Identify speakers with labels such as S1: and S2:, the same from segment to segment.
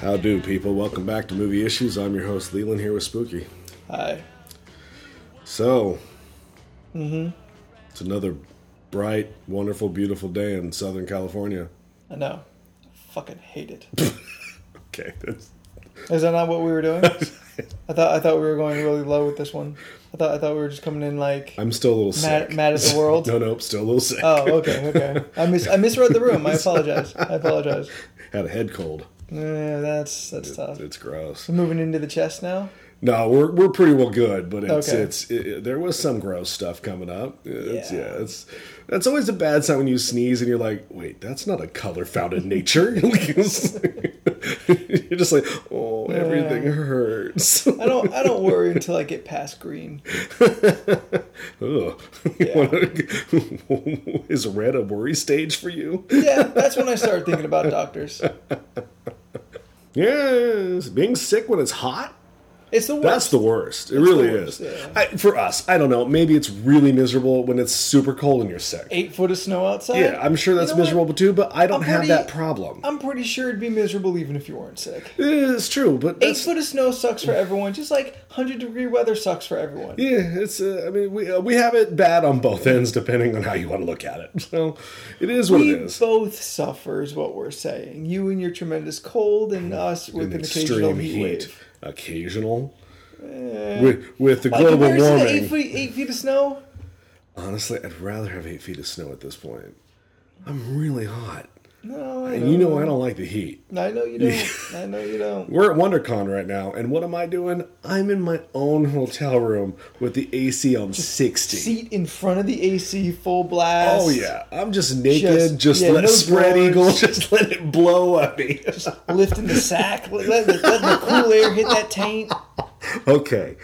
S1: How do people? Welcome back to Movie Issues. I'm your host Leland here with Spooky.
S2: Hi.
S1: So, it's another bright, wonderful, beautiful day in Southern California.
S2: I know. Fucking hate it.
S1: Okay, that's
S2: Is that not what we were doing? I thought I thought we were going really low with this one. I thought I thought we were just coming in like.
S1: I'm still a little
S2: Mad-
S1: sick.
S2: mad at the world?
S1: no, no, still a little sick.
S2: Oh, okay, okay. I mis I misread the room. I apologize. I apologize.
S1: Had a head cold.
S2: Yeah, that's that's tough.
S1: It's gross.
S2: Moving into the chest now.
S1: No, we're we're pretty well good, but it's
S2: Okay.
S1: it's it, it- there was some gross stuff coming up. It's, yeah.
S2: Yeah.
S1: it's that's always a bad sign when you sneeze and you're like, wait, that's not a color found in nature. you're just like, oh, everything hurts.
S2: I don't I don't worry until I get past green.
S1: Ugh.
S2: Yeah.
S1: Is red a worry stage for you?
S2: yeah, that's when I start thinking about doctors.
S1: Yes, being sick when it's hot.
S2: It's the worst.
S1: That's the worst. It really
S2: worst,
S1: is.
S2: yeah.
S1: I, for us, I don't know. Maybe it's really miserable when it's super cold and you're sick.
S2: eight foot of snow outside.
S1: Yeah, I'm sure
S2: You
S1: that's
S2: know what?
S1: miserable too, but I don't
S2: I'm
S1: have
S2: pretty-
S1: that problem.
S2: I'm pretty sure it'd be miserable even if you weren't sick.
S1: it's true, but
S2: Eight
S1: that's,
S2: foot of snow sucks for everyone, just like hundred degree weather sucks for everyone.
S1: yeah, it's. Uh, I mean, we uh, we have it bad on both ends, depending on how you want to look at it. So it is what
S2: we
S1: it is.
S2: both suffer, is what we're saying. You and your tremendous cold, and us with
S1: An
S2: an occasional heat, wave. Eh.
S1: occasional. with, with the
S2: Like,
S1: global
S2: comparison to eight
S1: warming,
S2: feet, eight feet of snow.
S1: honestly, I'd rather have eight feet of snow at this point. I'm really hot,
S2: No, I
S1: and you know I don't like the heat.
S2: know, I know you don't. I know you don't.
S1: We're at WonderCon right now, and what am I doing? I'm in my own hotel room with the AC on sixty.
S2: Seat in front of the AC, full blast.
S1: Oh yeah, I'm just naked. Just,
S2: Just- yeah,
S1: let
S2: no
S1: it spread
S2: drawers.
S1: eagle. Just let it blow at me.
S2: lifting the sack, let- letting the, letting the cool air hit that taint.
S1: okay.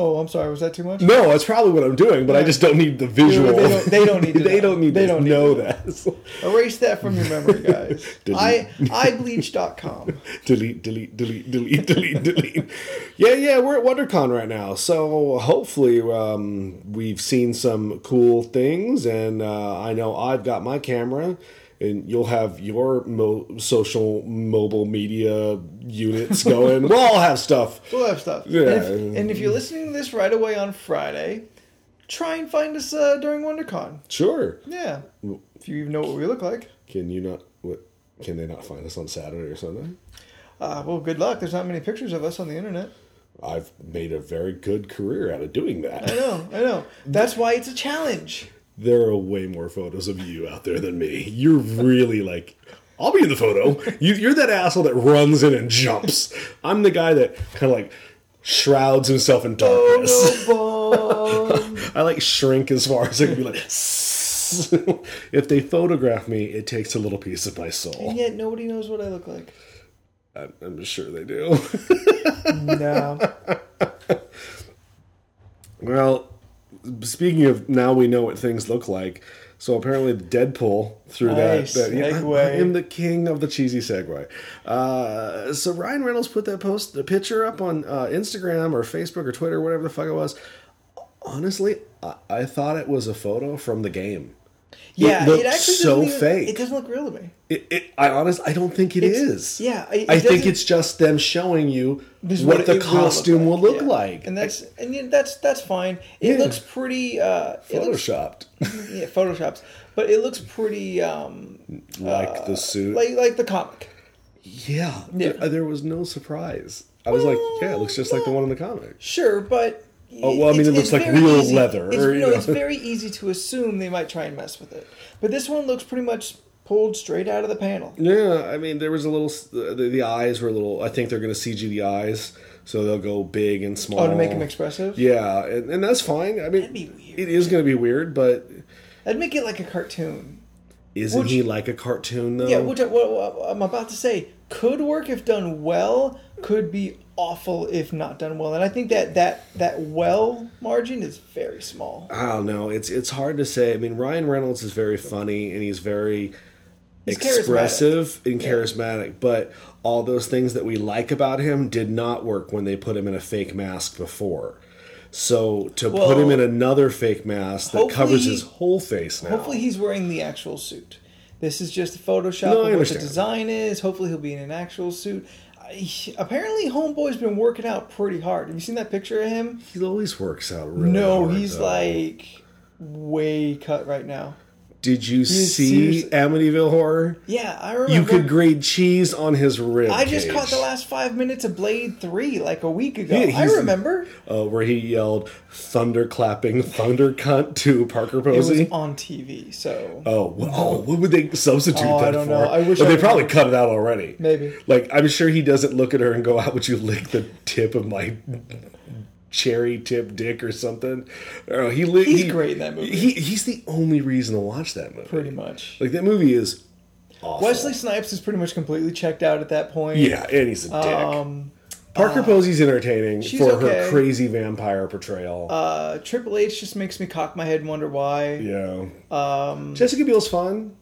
S2: Oh, I'm sorry. Was that too much?
S1: No, that's probably what I'm doing, but I just don't need the visual.
S2: They don't- they don't need to
S1: they
S2: know.
S1: don't need.
S2: They
S1: to
S2: don't need
S1: know
S2: to
S1: that.
S2: Erase that from your memory, guys.
S1: Didn't.
S2: I iBleach.com.
S1: delete, delete, delete, delete, delete, delete. Yeah, yeah, we're at WonderCon right now, so hopefully um, we've seen some cool things, and uh, I know I've got my camera, and you'll have your mo- social mobile media units going. we'll all have stuff.
S2: We'll have stuff. And
S1: Yeah.
S2: if- And, if, you're listening to this right away on Friday, try and find us uh, during WonderCon.
S1: Sure.
S2: Yeah. If you even know what we look like.
S1: Can you not? What? Can they not find us on Saturday or Sunday?
S2: Uh, well, good luck. There's not many pictures of us on the internet.
S1: I've made a very good career out of doing
S2: I
S1: that.
S2: know, I know. That's why it's a challenge.
S1: There are way more photos of you out there than me. You're really like, I'll be in the photo. You, you're that asshole that runs in and jumps. I'm the guy that kind of like shrouds himself in darkness.
S2: Oh, bomb.
S1: I like shrink as far as I can be like. if they photograph me, it takes a little piece of my
S2: and
S1: soul.
S2: yet nobody knows what I look like.
S1: I'm, I'm sure they do.
S2: No.
S1: Well, speaking of now we know what things look like. So apparently Deadpool through
S2: Nice
S1: that. that yeah,
S2: segue.
S1: I, I am the king of the cheesy segue. Uh, so Ryan Reynolds put that post, the picture up on uh, Instagram or Facebook or Twitter, whatever the fuck it was. Honestly, I, I thought it was a photo from the game.
S2: Yeah,
S1: looks
S2: it actually
S1: so
S2: doesn't even-
S1: fake.
S2: It doesn't look real to me.
S1: It, it, I honest, I don't think
S2: It's-
S1: it's,
S2: yeah, it- it
S1: I think
S2: doesn't-
S1: it's just them showing you
S2: This
S1: what,
S2: is
S1: the
S2: it
S1: costume will look like,
S2: yeah. and that's and yeah, that's that's fine. It
S1: Yeah.
S2: looks pretty. Uh, it looks
S1: photoshopped,
S2: yeah, photoshops, but it looks pretty um,
S1: like the suit,
S2: like like the comic.
S1: Yeah. uh,
S2: Yeah.
S1: There, there was no surprise. I was like, yeah, it looks just like the one in the comic.
S2: Sure, but
S1: Oh, well, I mean, it looks like
S2: very
S1: real
S2: easy-
S1: leather,
S2: It's,
S1: or, you
S2: no,
S1: know.
S2: it's very easy to assume they might try and mess with it. But this one looks pretty much pulled straight out of the panel.
S1: Yeah, I mean, there was a little. The, the eyes were a little. I think they're going to CG the eyes, so they'll go big and small.
S2: Oh, to make them expressive.
S1: Yeah, and, and that's fine. I mean,
S2: That'd be weird.
S1: it is going to be weird, but
S2: I'd make it like a cartoon.
S1: isn't
S2: Which-
S1: he like a cartoon though?
S2: Yeah, which I, what, what I'm about to say could work if done well. Could be awful if not done well. And I think that that that well margin is very small.
S1: I don't know. It's it's hard to say. I mean, Ryan Reynolds is very funny and he's very
S2: charismatic.
S1: expressive and charismatic, but all those things that we like about him did not work when they put him in a fake mask before. So to put
S2: Well,
S1: him in another fake mask that
S2: hopefully
S1: covers
S2: he-
S1: his whole face now.
S2: Hopefully, he's wearing the actual suit. This is just a Photoshop
S1: No, I
S2: of what the
S1: understand.
S2: design is. Hopefully, he'll be in an actual suit. I- he- apparently homeboy's been working out pretty hard. Have you seen that picture of him?
S1: He always works out really
S2: no,
S1: hard,
S2: he's
S1: though.
S2: like way cut right now.
S1: Did you see
S2: seriously-
S1: Amityville Horror?
S2: Yeah, I remember.
S1: You could grate cheese on his rib.
S2: I just caught
S1: cage.
S2: the last five minutes of Blade Three like a week ago.
S1: Yeah,
S2: I
S1: he's-
S2: remember.
S1: Uh, where he yelled thunder clapping thunder cunt to Parker
S2: It was
S1: Posey.
S2: on TV, so
S1: Oh, well, oh, what would they substitute
S2: Oh, I
S1: that
S2: don't
S1: for?
S2: know. I wish
S1: But
S2: I
S1: they
S2: remember-
S1: probably cut it out already.
S2: Maybe.
S1: Like I'm sure he doesn't look at her and go, "How would you lick the tip of my cherry tip dick or something?" Oh, he li-
S2: He's
S1: he-
S2: great in that movie.
S1: He, he's the only reason to watch that movie.
S2: pretty much.
S1: Like that movie is awful.
S2: Wesley Snipes is pretty much completely checked out at that point.
S1: Yeah, and he's a dick.
S2: Um,
S1: Parker Posey's entertaining
S2: she's
S1: for
S2: okay.
S1: her crazy vampire portrayal.
S2: uh, Triple H just makes me cock my head and wonder why.
S1: yeah. Um, Jessica Biel's fun.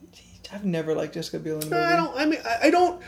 S2: I've never liked Jessica Biel in a movie.
S1: I don't. I mean, I, I don't.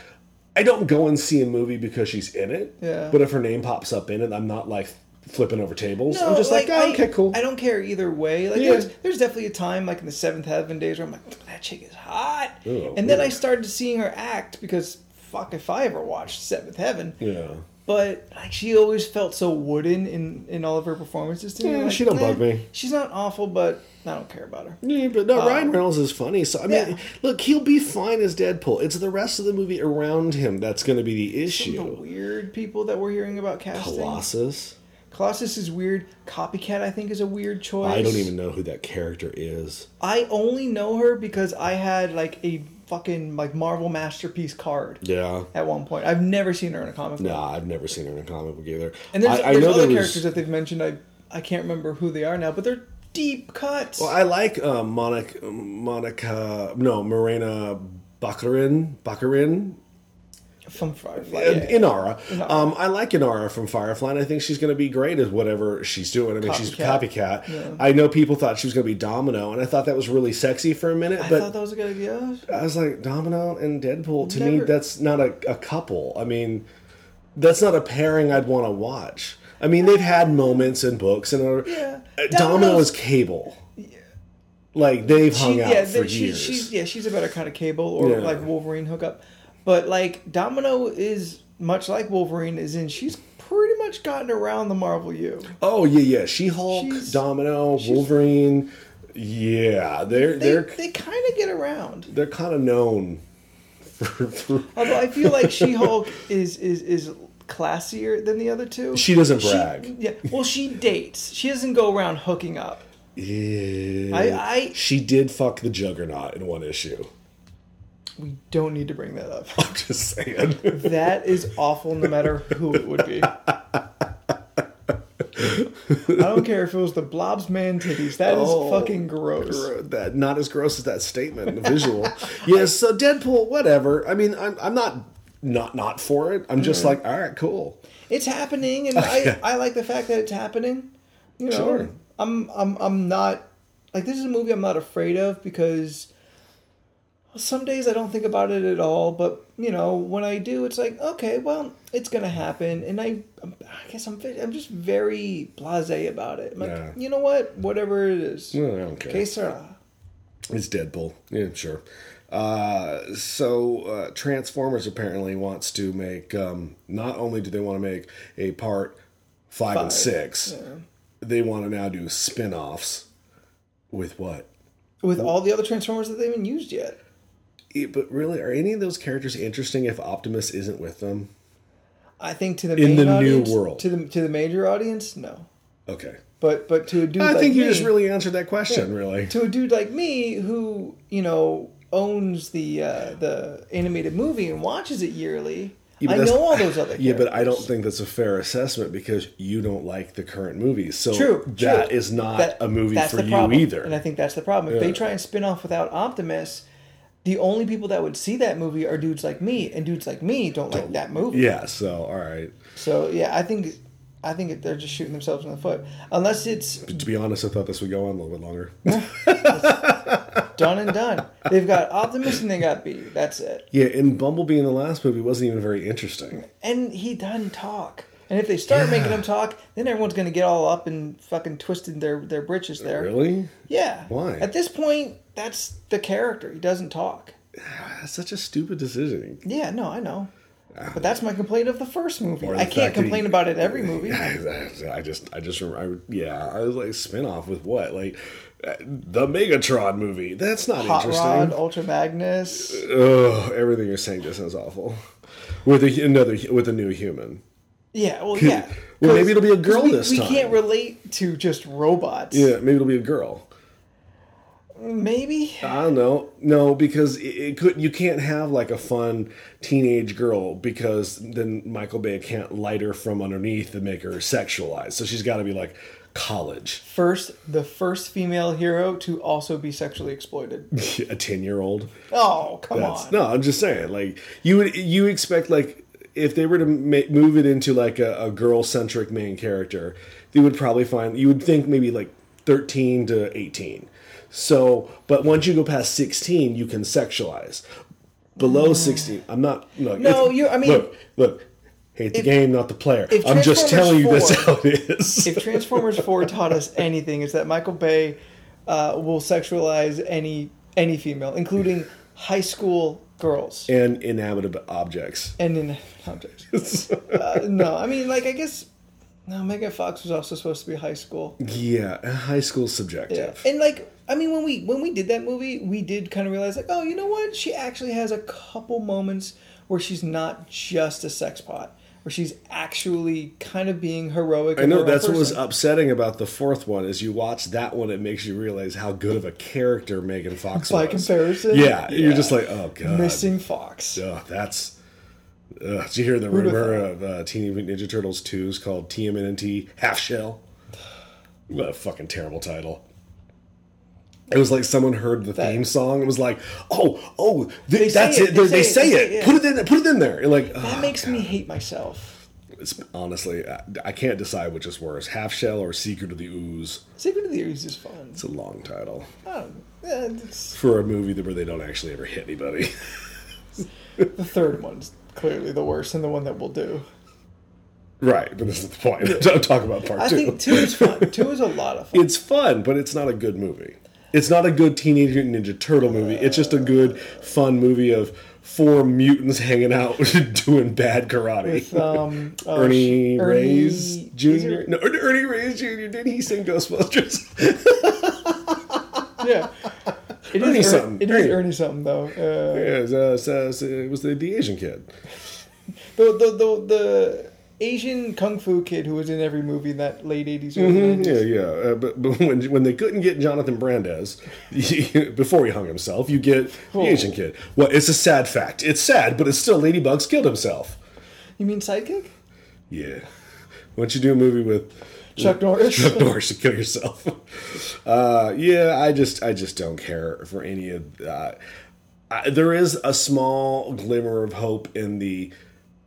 S1: I don't go and see a movie because she's in it.
S2: Yeah.
S1: But if her name pops up in it, I'm not like flipping over tables.
S2: No,
S1: I'm just like, oh,
S2: I-
S1: okay, cool.
S2: I don't care either way. Like
S1: Yeah.
S2: there's, there's definitely a time like in the Seventh Heaven days where I'm like, that chick is hot,
S1: Ew,
S2: and then I
S1: weird.
S2: started seeing her act because fuck if I ever watched Seventh Heaven.
S1: yeah.
S2: But like she always felt so wooden in in all of her performances to me.
S1: Yeah,
S2: Like,
S1: she don't
S2: nah,
S1: bug me.
S2: She's not awful, but I don't care about her.
S1: Yeah, but no, Ryan Reynolds is funny. So I mean,
S2: Um, yeah.
S1: look, he'll be fine as Deadpool. It's the rest of the movie around him that's going to be the
S2: The
S1: issue.
S2: weird people that we're hearing about casting.
S1: Colossus.
S2: Colossus is weird. Copycat, I think, is a weird choice.
S1: I don't even know who that character is.
S2: I only know her because I had like a fucking like Marvel masterpiece card.
S1: Yeah.
S2: at one point. I've never seen her in a comic book.
S1: Nah, I've never seen her in a comic book either.
S2: And there's,
S1: I, I
S2: there's
S1: know
S2: other
S1: there
S2: characters
S1: was,
S2: that they've mentioned. I I can't remember who they are now, but they're deep cuts.
S1: I like uh, Monica, Monica, no, Morena Baccarin, Baccarin,
S2: from Firefly.
S1: Uh,
S2: yeah.
S1: Inara.
S2: Inara.
S1: Um, I like Inara from Firefly, and I think she's going to be great at whatever she's doing. I mean, she's a
S2: Copycat.
S1: copycat.
S2: Yeah.
S1: I know people thought she was going to be Domino, and I thought that was really sexy for a minute,
S2: I
S1: but
S2: thought that was a good idea.
S1: I was like, Domino and Deadpool, to me,
S2: Never-
S1: that's not a, a couple. I mean, that's not a pairing I'd want to watch. I mean, they've had moments in books, and other-
S2: Yeah.
S1: Uh, Domino is
S2: Domino's-
S1: cable. Like, they've hung out
S2: yeah,
S1: for
S2: that- she,
S1: years.
S2: she's yeah, she's a better kind of cable or
S1: Yeah.
S2: like Wolverine hookup. But like Domino is much like Wolverine is in. She's pretty much gotten around the Marvel U.
S1: Oh yeah, yeah. She Hulk,
S2: She's-
S1: Domino, Wolverine. Yeah, they're
S2: They
S1: they're
S2: they kind of get around.
S1: they're kind of known for, for
S2: Although I feel like She Hulk is is is classier than the other two.
S1: She doesn't brag.
S2: yeah. Well, she dates. She doesn't go around hooking up.
S1: Ew.
S2: I- I-
S1: she did fuck the Juggernaut in one issue.
S2: We don't need to bring that up.
S1: I'm just saying.
S2: That is awful no matter who it would be. I don't care if it was the blobs man titties. That is
S1: Oh,
S2: fucking gross.
S1: that not as gross as that statement, the visual. yes, so Deadpool, whatever. I mean, I'm I'm not not not for it. I'm just like, all right, cool.
S2: It's happening and I, I like the fact that it's happening. You know.
S1: Sure.
S2: I'm I'm I'm not like this is a movie I'm not afraid of because some days I don't think about it at all, but you know, when I do, it's like, okay, well, it's gonna happen, and I, I'm- I guess I'm, ve- I'm just very blasé about it. I'm like,
S1: Yeah.
S2: you know what? Whatever it is,
S1: I don't care.
S2: que sera.
S1: It's Deadpool. Yeah, sure. Uh, so uh, Transformers apparently wants to make. Um, not only do they want to make a part five,
S2: Five,
S1: and six, they want to now do spin-offs with what?
S2: With all the other Transformers that they haven't used yet,
S1: Yeah, E, but really, are any of those characters interesting if Optimus isn't with them?
S2: I think to the
S1: In
S2: main
S1: the new
S2: audience,
S1: world.
S2: to the to the major audience, no,
S1: Okay,
S2: but but to a dude,
S1: I
S2: like
S1: think you
S2: me-
S1: just really answered that question. Really,
S2: to a dude like me who you know owns the uh, the animated movie and watches it yearly.
S1: Yeah,
S2: I
S1: but that's-
S2: know all those other.
S1: Yeah, but I
S2: characters.
S1: don't think that's a fair assessment because you don't like the current movies. So
S2: True.
S1: that
S2: true.
S1: is not
S2: That-
S1: a movie
S2: that's
S1: for
S2: the
S1: you
S2: problem.
S1: either.
S2: And I think that's the problem. If they
S1: Yeah.
S2: try and spin off without Optimus, the only people that would see that movie are dudes like me, and dudes like me don't, like that movie.
S1: yeah. So all right.
S2: So yeah, I think I think they're just shooting themselves in the foot. Unless it's
S1: To be honest, I thought this would go on a little bit longer.
S2: done and done. They've got Optimus and they got B. That's it.
S1: yeah, and Bumblebee in the last movie wasn't even very interesting.
S2: and he doesn't talk. And if they start making him talk, then everyone's gonna get all up and fucking twisted their their britches there.
S1: Really?
S2: Yeah.
S1: Why?
S2: At this point, that's the character. He doesn't talk.
S1: That's such a stupid decision.
S2: Yeah. No, I know. But that's my complaint of the first movie. I can't complain about it every movie.
S1: I, I just, I just, I, yeah, I was like spin off with what, like uh, the Megatron movie. That's not
S2: Hot Rod,
S1: interesting.
S2: Ultra Magnus.
S1: Ugh, everything you're saying just sounds awful. With a, another, with a new human.
S2: Yeah, well, yeah.
S1: Well, maybe it'll be a
S2: 'Cause
S1: girl
S2: we,
S1: this
S2: we
S1: time.
S2: can't relate to just robots.
S1: Yeah, maybe it'll be a girl.
S2: Maybe.
S1: I don't know. No, because it, it could. You can't have like a fun teenage girl because then Michael Bay can't light her from underneath and make her sexualized. So she's got to be like college,
S2: First, the first female hero to also be sexually exploited.
S1: a ten year old.
S2: Oh, come
S1: That's
S2: on.
S1: no. I'm just saying. Like you would, you expect like if they were to ma- move it into like a, a girl centric main character, you would probably find you would think maybe like 13 to 18. So, but once you go past 16, you can sexualize. Below 16, I'm not. Look,
S2: Mm. No,
S1: it's-
S2: you- I mean-
S1: look, look. Hate the game, not the player.
S2: if
S1: I'm just
S2: Transformers
S1: telling you that's
S2: 4
S1: how it is.
S2: If Transformers 4 taught us anything, it's that Michael Bay uh, will sexualize any any female, including high school girls.
S1: and inanimate objects.
S2: And in uh, no, I mean, like, I guess. No, Megan Fox was also supposed to be high school.
S1: yeah, high school
S2: Yeah.
S1: subjective.
S2: And like I mean when we when we did that movie, we did kind of realize like, oh, you know what? She actually has a couple moments where she's not just a sex pot, where she's actually kind of being heroic.
S1: I know that's what was upsetting about the fourth one is you watch that one, it makes you realize how good of a character Megan Fox
S2: by
S1: was.
S2: comparison.
S1: yeah, you're just like, oh god,
S2: missing Fox.
S1: Ugh, that's. Ugh, did you hear the
S2: would've
S1: rumor of uh, Teenage Mutant Ninja Turtles 2 is called TMNT Half Shell? What a fucking terrible title. It was like someone heard the
S2: That-
S1: theme song. It was like, oh, oh, th-
S2: They say
S1: that's
S2: it,
S1: it. They, they say, it.
S2: yeah.
S1: Put it in. Put it in there. You're like
S2: That
S1: "Ugh."
S2: makes me hate myself.
S1: It's- honestly, I, I can't decide which is worse, Half Shell or Secret of the Ooze.
S2: Secret of the Ooze is fun.
S1: It's a long title
S2: I don't know. Eh, it's-
S1: for a movie that where they don't actually ever hit anybody.
S2: The third one's clearly the worst and the one that we'll do.
S1: right, but this is the point. I'm talking about part
S2: I
S1: two.
S2: think two is fun. two is a lot of fun.
S1: it's fun, but it's not a good movie. It's not a good Teenage Mutant Ninja Turtle movie. It's just a good, fun movie of four mutants hanging out doing bad karate.
S2: With, um, oh,
S1: Ernie
S2: sh-
S1: Reyes
S2: Ernie-
S1: Jr.
S2: is it-
S1: No, Ernie Reyes Jr. Didn't he sing Ghostbusters?
S2: yeah.
S1: Ernie
S2: It is Ernie
S1: something.
S2: It is
S1: Ernie.
S2: Ernie something though. Uh,
S1: yeah, it was, uh, so- so it was the, the Asian kid.
S2: the, the the the Asian kung fu kid who was in every movie in that late 80s early
S1: Mhm,
S2: 90s.
S1: Yeah, yeah. Uh, but but when, when they couldn't get Jonathan Brandes before he hung himself, you get the
S2: Oh.
S1: Asian kid. Well, it's a sad fact. It's sad, but it's still Ladybugs killed himself.
S2: You mean sidekick?
S1: Yeah. Once you do a movie with
S2: Chuck Norris.
S1: Chuck Norris to kill yourself. Uh, yeah, I just I just don't care for any of that. I, there is a small glimmer of hope in the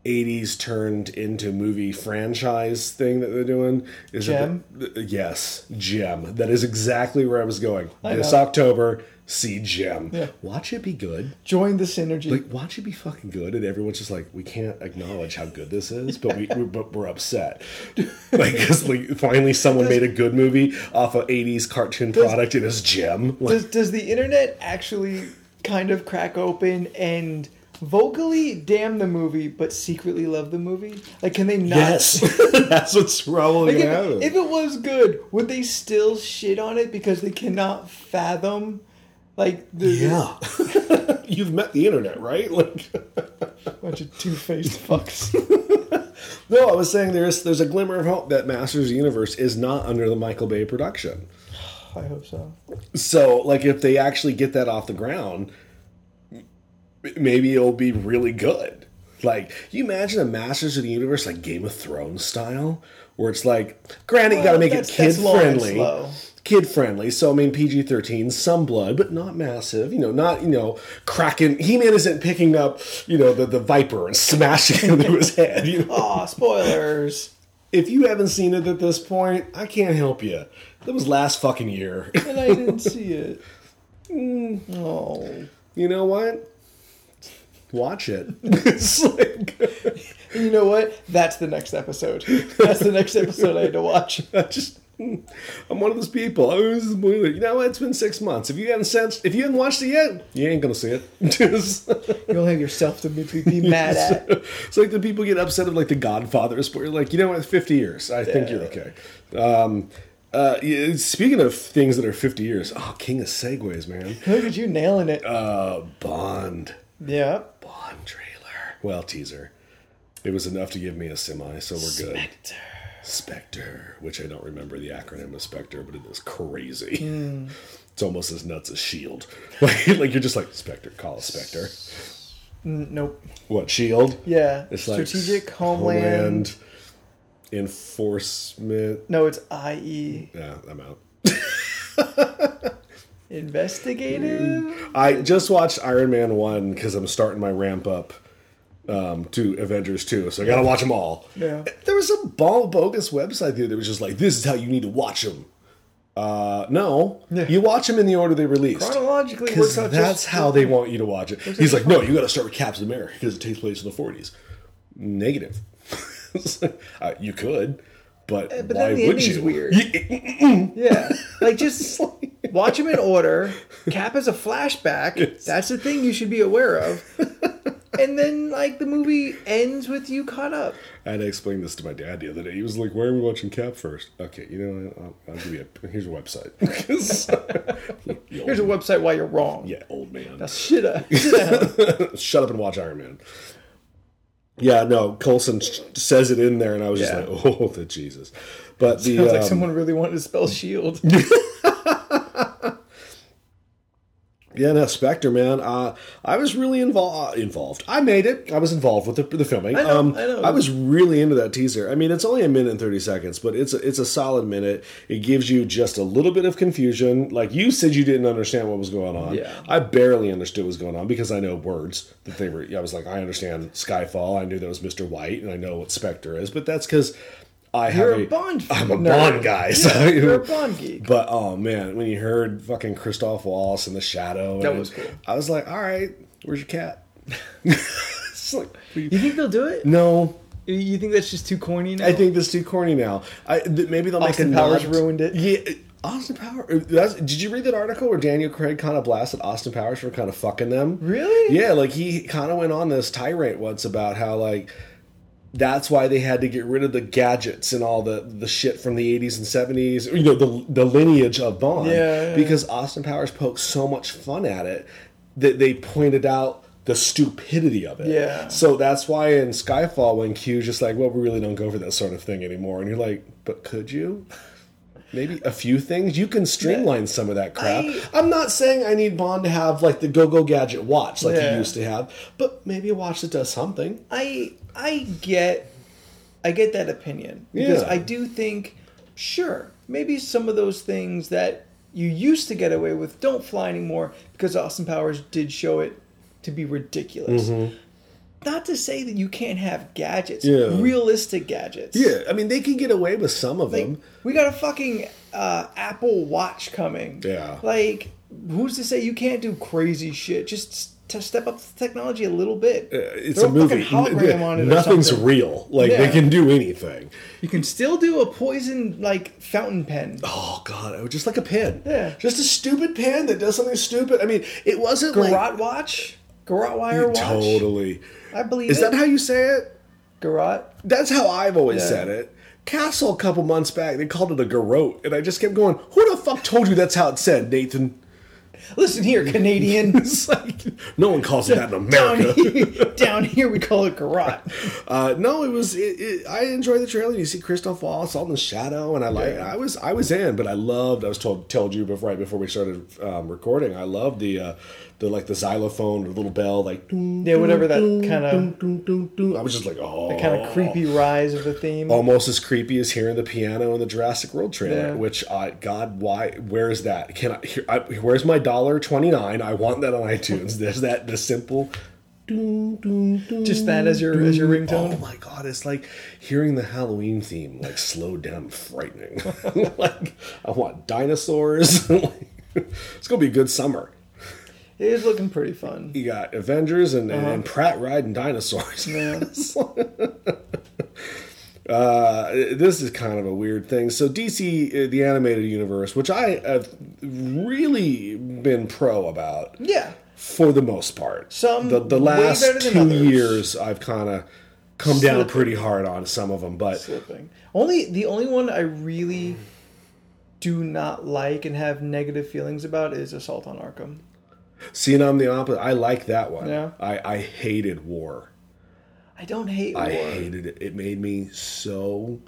S1: 80s turned into movie franchise thing that they're doing. Is that
S2: Gem?
S1: the- yes, Gem. That is exactly where I was going. this
S2: know.
S1: October, see Gem.
S2: Yeah.
S1: Watch it be good.
S2: Join the synergy.
S1: Like, watch it be fucking good, and everyone's just like, we can't acknowledge how good this is, but we we're, but we're upset. Like, 'cause, like, finally someone made a good movie off of '80s cartoon product and it's gem. Like,
S2: does does the internet actually kind of crack open and vocally damn the movie but secretly love the movie? Like can they not
S1: yes, that's what's probably
S2: Like,
S1: gonna
S2: if,
S1: happen.
S2: if it was good, would they still shit on it because they cannot fathom like the
S1: yeah, you've met the internet, right? Like,
S2: bunch of two-faced fucks?
S1: no, I was saying there's there's a glimmer of hope that Masters of the Universe is not under the Michael Bay production.
S2: I hope so.
S1: So, like, if they actually get that off the ground, m- maybe it'll be really good. Like, you imagine a Masters of the Universe, like Game of Thrones style, where it's like, granted, you
S2: Well,
S1: gotta make it
S2: that's-
S1: kid
S2: that's long and
S1: friendly.
S2: slow.
S1: Kid friendly, so I mean PG thirteen, some blood, but not massive. You know, not you know, cracking. He Man isn't picking up you know the, the viper and smashing it into his head. You know,
S2: Aw, spoilers.
S1: if you haven't seen it at this point, I can't help you. That was last fucking year.
S2: And I didn't see it. Oh.
S1: you know what? Watch it. it's like
S2: You know what? That's the next episode. That's the next episode I had to watch.
S1: I just I'm one of those people. I was this movie. You know, what? it's been six months. If you haven't sensed, if you haven't watched it yet, you ain't gonna see it.
S2: You'll have yourself to be, be mad at.
S1: it's like the people get upset of like the Godfather sport. You're like, you know what? 50 years. I think you're okay. Um, uh, yeah, speaking of things that are 50 years, oh, king of segues, man.
S2: Look at you nailing it.
S1: Uh, Bond,
S2: yeah.
S1: Bond trailer. Well, teaser. It was enough to give me a semi, so we're good.
S2: Spectre.
S1: Spectre, which I don't remember the acronym of Spectre, but it is crazy.
S2: Hmm.
S1: It's almost as nuts as Shield. E Like, like you're just like Spectre, call a Spectre.
S2: N- nope.
S1: What Shield?
S2: Yeah.
S1: E It's like
S2: Strategic Homeland.
S1: enforcement.
S2: No, it's E IE.
S1: Yeah, I'm out. Mm,
S2: Investigative.
S1: I just watched Iron Man one because I'm starting my ramp up um, to Avengers two, so I gotta watch them all.
S2: Yeah.
S1: There was some ball bogus website there that was just like, "This is how you need to watch them." Uh, no,
S2: Yeah.
S1: you watch them in the order they released.
S2: Chronologically,
S1: Because
S2: works out
S1: that's
S2: just-
S1: how they want you to watch it. He's like, no, you got to start with Captain America because it takes place in the 40s. Negative. Uh, you could, but,
S2: Eh, but
S1: why
S2: then the
S1: would
S2: ending's
S1: you? mm,
S2: weird.
S1: Yeah,
S2: Yeah. Like just watch them in order. Cap is a flashback. That's the thing you should be aware of. And then like the movie ends with you caught up.
S1: I had to explain this to my dad the other day. He was like, "Why are we watching Cap first? Okay, you know, what? I'll, I'll give you a here's a website. You
S2: Here's a
S1: old-
S2: website why you're wrong.
S1: yeah, old man.
S2: Shit. up.
S1: Shut up and watch Iron Man. Yeah, no, Colson sh- says it in there, and I was
S2: Yeah.
S1: just like, oh, the Jesus. But the
S2: Sounds like
S1: um,
S2: someone really wanted to spell shield.
S1: Yeah, no, Spectre, man. Uh, I was really involved. Involved. I made it. I was involved with the, the filming.
S2: know,
S1: um,
S2: I know.
S1: I was really into that teaser. I mean, it's only a minute and thirty seconds, but it's a, it's a solid minute. It gives you just a little bit of confusion. Like you said, you didn't understand what was going on.
S2: Yeah.
S1: I barely understood what was going on because I know words that they were. I was like, I understand Skyfall. I knew that was Mister White, and I know what Spectre is. But that's because I
S2: You're
S1: have
S2: a Bond
S1: I'm a
S2: nerd.
S1: Bond guy. So
S2: You're a Bond geek.
S1: but oh man, when you heard fucking Christoph Waltz and the Shadow,
S2: That
S1: and
S2: was cool.
S1: I was like, all right, where's your cat? it's like,
S2: You think they'll do it?
S1: no,
S2: You think that's just too corny now?
S1: I think this is too corny now. I th- maybe they'll
S2: Austin
S1: make a
S2: Powers
S1: nod-
S2: ruined it.
S1: Yeah, uh, Austin Powers. That's, did you read that article where Daniel Craig kind of blasted Austin Powers for kind of fucking them?
S2: Really?
S1: Yeah, like he kind of went on this tirade once about how like that's why they had to get rid of the gadgets and all the the shit from the 80s and 70s, you know, the the lineage of Bond
S2: Yeah, yeah,
S1: because Austin Powers poked so much fun at it that they pointed out the stupidity of it.
S2: Yeah.
S1: So that's why in Skyfall when Q's just like, well, we really don't go for that sort of thing anymore and you're like, but could you? Maybe a few things. You can streamline some of that crap.
S2: I-
S1: I'm not saying I need Bond to have like the go go gadget watch like
S2: Yeah.
S1: he used to have, but maybe a watch that does something.
S2: I I get I get that opinion because
S1: Yeah.
S2: I do think sure maybe some of those things that you used to get away with don't fly anymore because Austin Powers did show it to be ridiculous.
S1: Mm-hmm.
S2: Not to say that you can't have gadgets,
S1: Yeah.
S2: realistic gadgets.
S1: Yeah, I mean they can get away with some of
S2: Like,
S1: them.
S2: we got a fucking uh, Apple Watch coming.
S1: Yeah.
S2: Like, who's to say you can't do crazy shit? Just to step up the technology a little bit.
S1: Uh, It's
S2: Throw
S1: a movie.
S2: fucking hologram on it or
S1: Nothing's
S2: something.
S1: real. Like they
S2: Yeah.
S1: can do anything.
S2: You can still do a poison like fountain pen.
S1: Oh god, I would just like a pen.
S2: Yeah.
S1: Just a stupid pen that does something stupid. I mean, it wasn't like
S2: Garrot watch, garrot wire watch.
S1: totally.
S2: I believe
S1: Is
S2: it.
S1: that how you say it?
S2: garrot?
S1: That's how I've always
S2: Yeah.
S1: said it. Castle, a couple months back, they called it a garrote, and I just kept going, Who the fuck told you that's how it's said, Nathan?
S2: Listen here, Canadian.
S1: It's like, no one calls it that in
S2: down,
S1: America.
S2: here, down here, we call it garrot.
S1: Uh, no, it was. It, it, I enjoyed the trailer. You see Christoph Waltz all in the shadow, and I like. I was. I was in, but I loved. I was told told you before right before we started um, recording. I loved the uh, the like the xylophone, the little bell, like. dun,
S2: Yeah, whatever that
S1: dun,
S2: kinda-
S1: dun, dun, dun, dun. I was just like, oh,
S2: Kind of creepy rise of the theme.
S1: almost as creepy as hearing the piano in the Jurassic World trailer.
S2: Yeah.
S1: Which I, God, why? Where is that? Can I? Here, I where's my dollar twenty nine? I want that on iTunes. There's that the simple. dun, dun, dun,
S2: Just that as your as your
S1: Oh
S2: ringtone.
S1: my god, it's like hearing the Halloween theme like slowed down and frightening. like I want dinosaurs. it's gonna be a good summer.
S2: It is looking pretty fun.
S1: You got Uh-huh. Avengers and, and Pratt riding dinosaurs.
S2: Yeah.
S1: Uh, this is kind of a weird thing. So DC, uh, the animated universe, which I have really been pro about
S2: Yeah.
S1: for the most part.
S2: Some
S1: the, the
S2: way
S1: last
S2: better than
S1: two
S2: others.
S1: years, I've kind of come down
S2: Slipping.
S1: pretty hard on some of them, but
S2: Slipping. Only the only one I really do not like and have negative feelings about is Assault on Arkham.
S1: seeing I'm the opposite. I like that one.
S2: Yeah.
S1: I I hated War.
S2: I don't hate
S1: I
S2: war.
S1: hated it. It made me so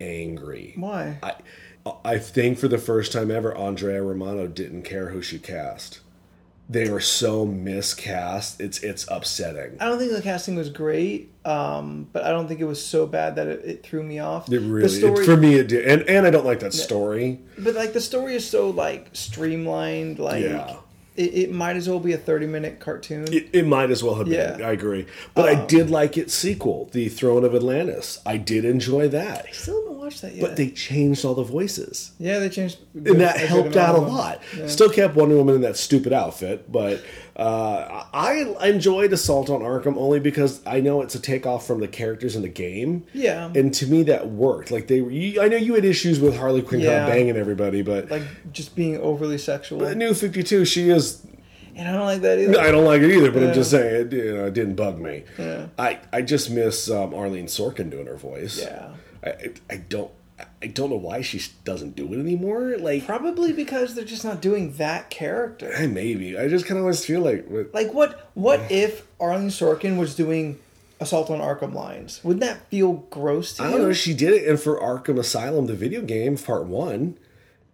S1: angry.
S2: Why?
S1: I I think for the first time ever, Andrea Romano didn't care who she cast. They were so miscast. It's it's upsetting.
S2: I don't think the casting was great, um, but I don't think it was so bad that it, it threw me off.
S1: It really
S2: the
S1: it-
S2: story,
S1: for me it did, and and I don't like that story.
S2: but like the story is so like streamlined, like
S1: Yeah.
S2: it, it might as well be a thirty-minute cartoon.
S1: It, it might as well have been.
S2: Yeah. Um,
S1: I agree, but I did like its sequel, The Throne of Atlantis. I did enjoy that,
S2: Still haven't watched that yet.
S1: but they changed all the voices.
S2: yeah, they changed,
S1: and that helped out a lot. Still kept Wonder Woman in that stupid outfit, but uh, I I enjoyed Assault on Arkham only because I know it's a takeoff from the characters in the game.
S2: Yeah.
S1: and to me that worked. Like they, were, you, I know you had issues with Harley Quinn kind
S2: Yeah.
S1: of banging everybody, but
S2: like just being overly sexual,
S1: the
S2: and
S1: New Fifty Two, she is.
S2: I don't like that either.
S1: I don't like it either, but
S2: Yeah.
S1: I'm just saying it, you know, it didn't bug me.
S2: Yeah.
S1: I I just miss um, Arlene Sorkin doing her voice.
S2: Yeah.
S1: I I, I don't. I don't know why she doesn't do it anymore. Like,
S2: Probably because they're just not doing that character.
S1: maybe I just kind of always feel like what-
S2: Like what? What if Arlen Sorkin was doing Assault on Arkham lines? Wouldn't that feel gross to
S1: I
S2: you?
S1: don't know. She did it, and for Arkham Asylum, the video game, part one,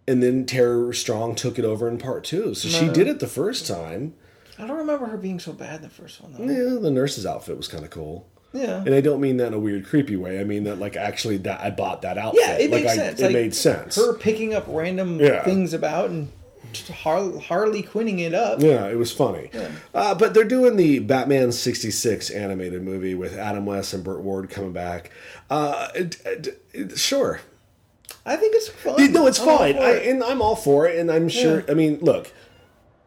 S1: and then Terror Strong took it over in part two. So she did it the first time.
S2: I don't remember her being so bad in the first one though.
S1: Yeah, the nurse's outfit was kind of cool,
S2: Yeah.
S1: and I don't mean that in a weird, creepy way. I mean that like actually that I bought that outfit.
S2: Yeah, it
S1: like,
S2: makes
S1: I,
S2: sense.
S1: It
S2: Like,
S1: made sense.
S2: Her picking up random
S1: Yeah.
S2: things about and just Har- Harley Quinning it up.
S1: Yeah, it was funny. Uh, but they're doing the Batman 66 animated movie with Adam West and Burt Ward coming back. Uh, it- it- it- sure.
S2: I think it's fun.
S1: no, it's
S2: I'm all
S1: fine.
S2: for
S1: I,
S2: it.
S1: and I'm all for it. And I'm sure.
S2: Yeah.
S1: I mean, look,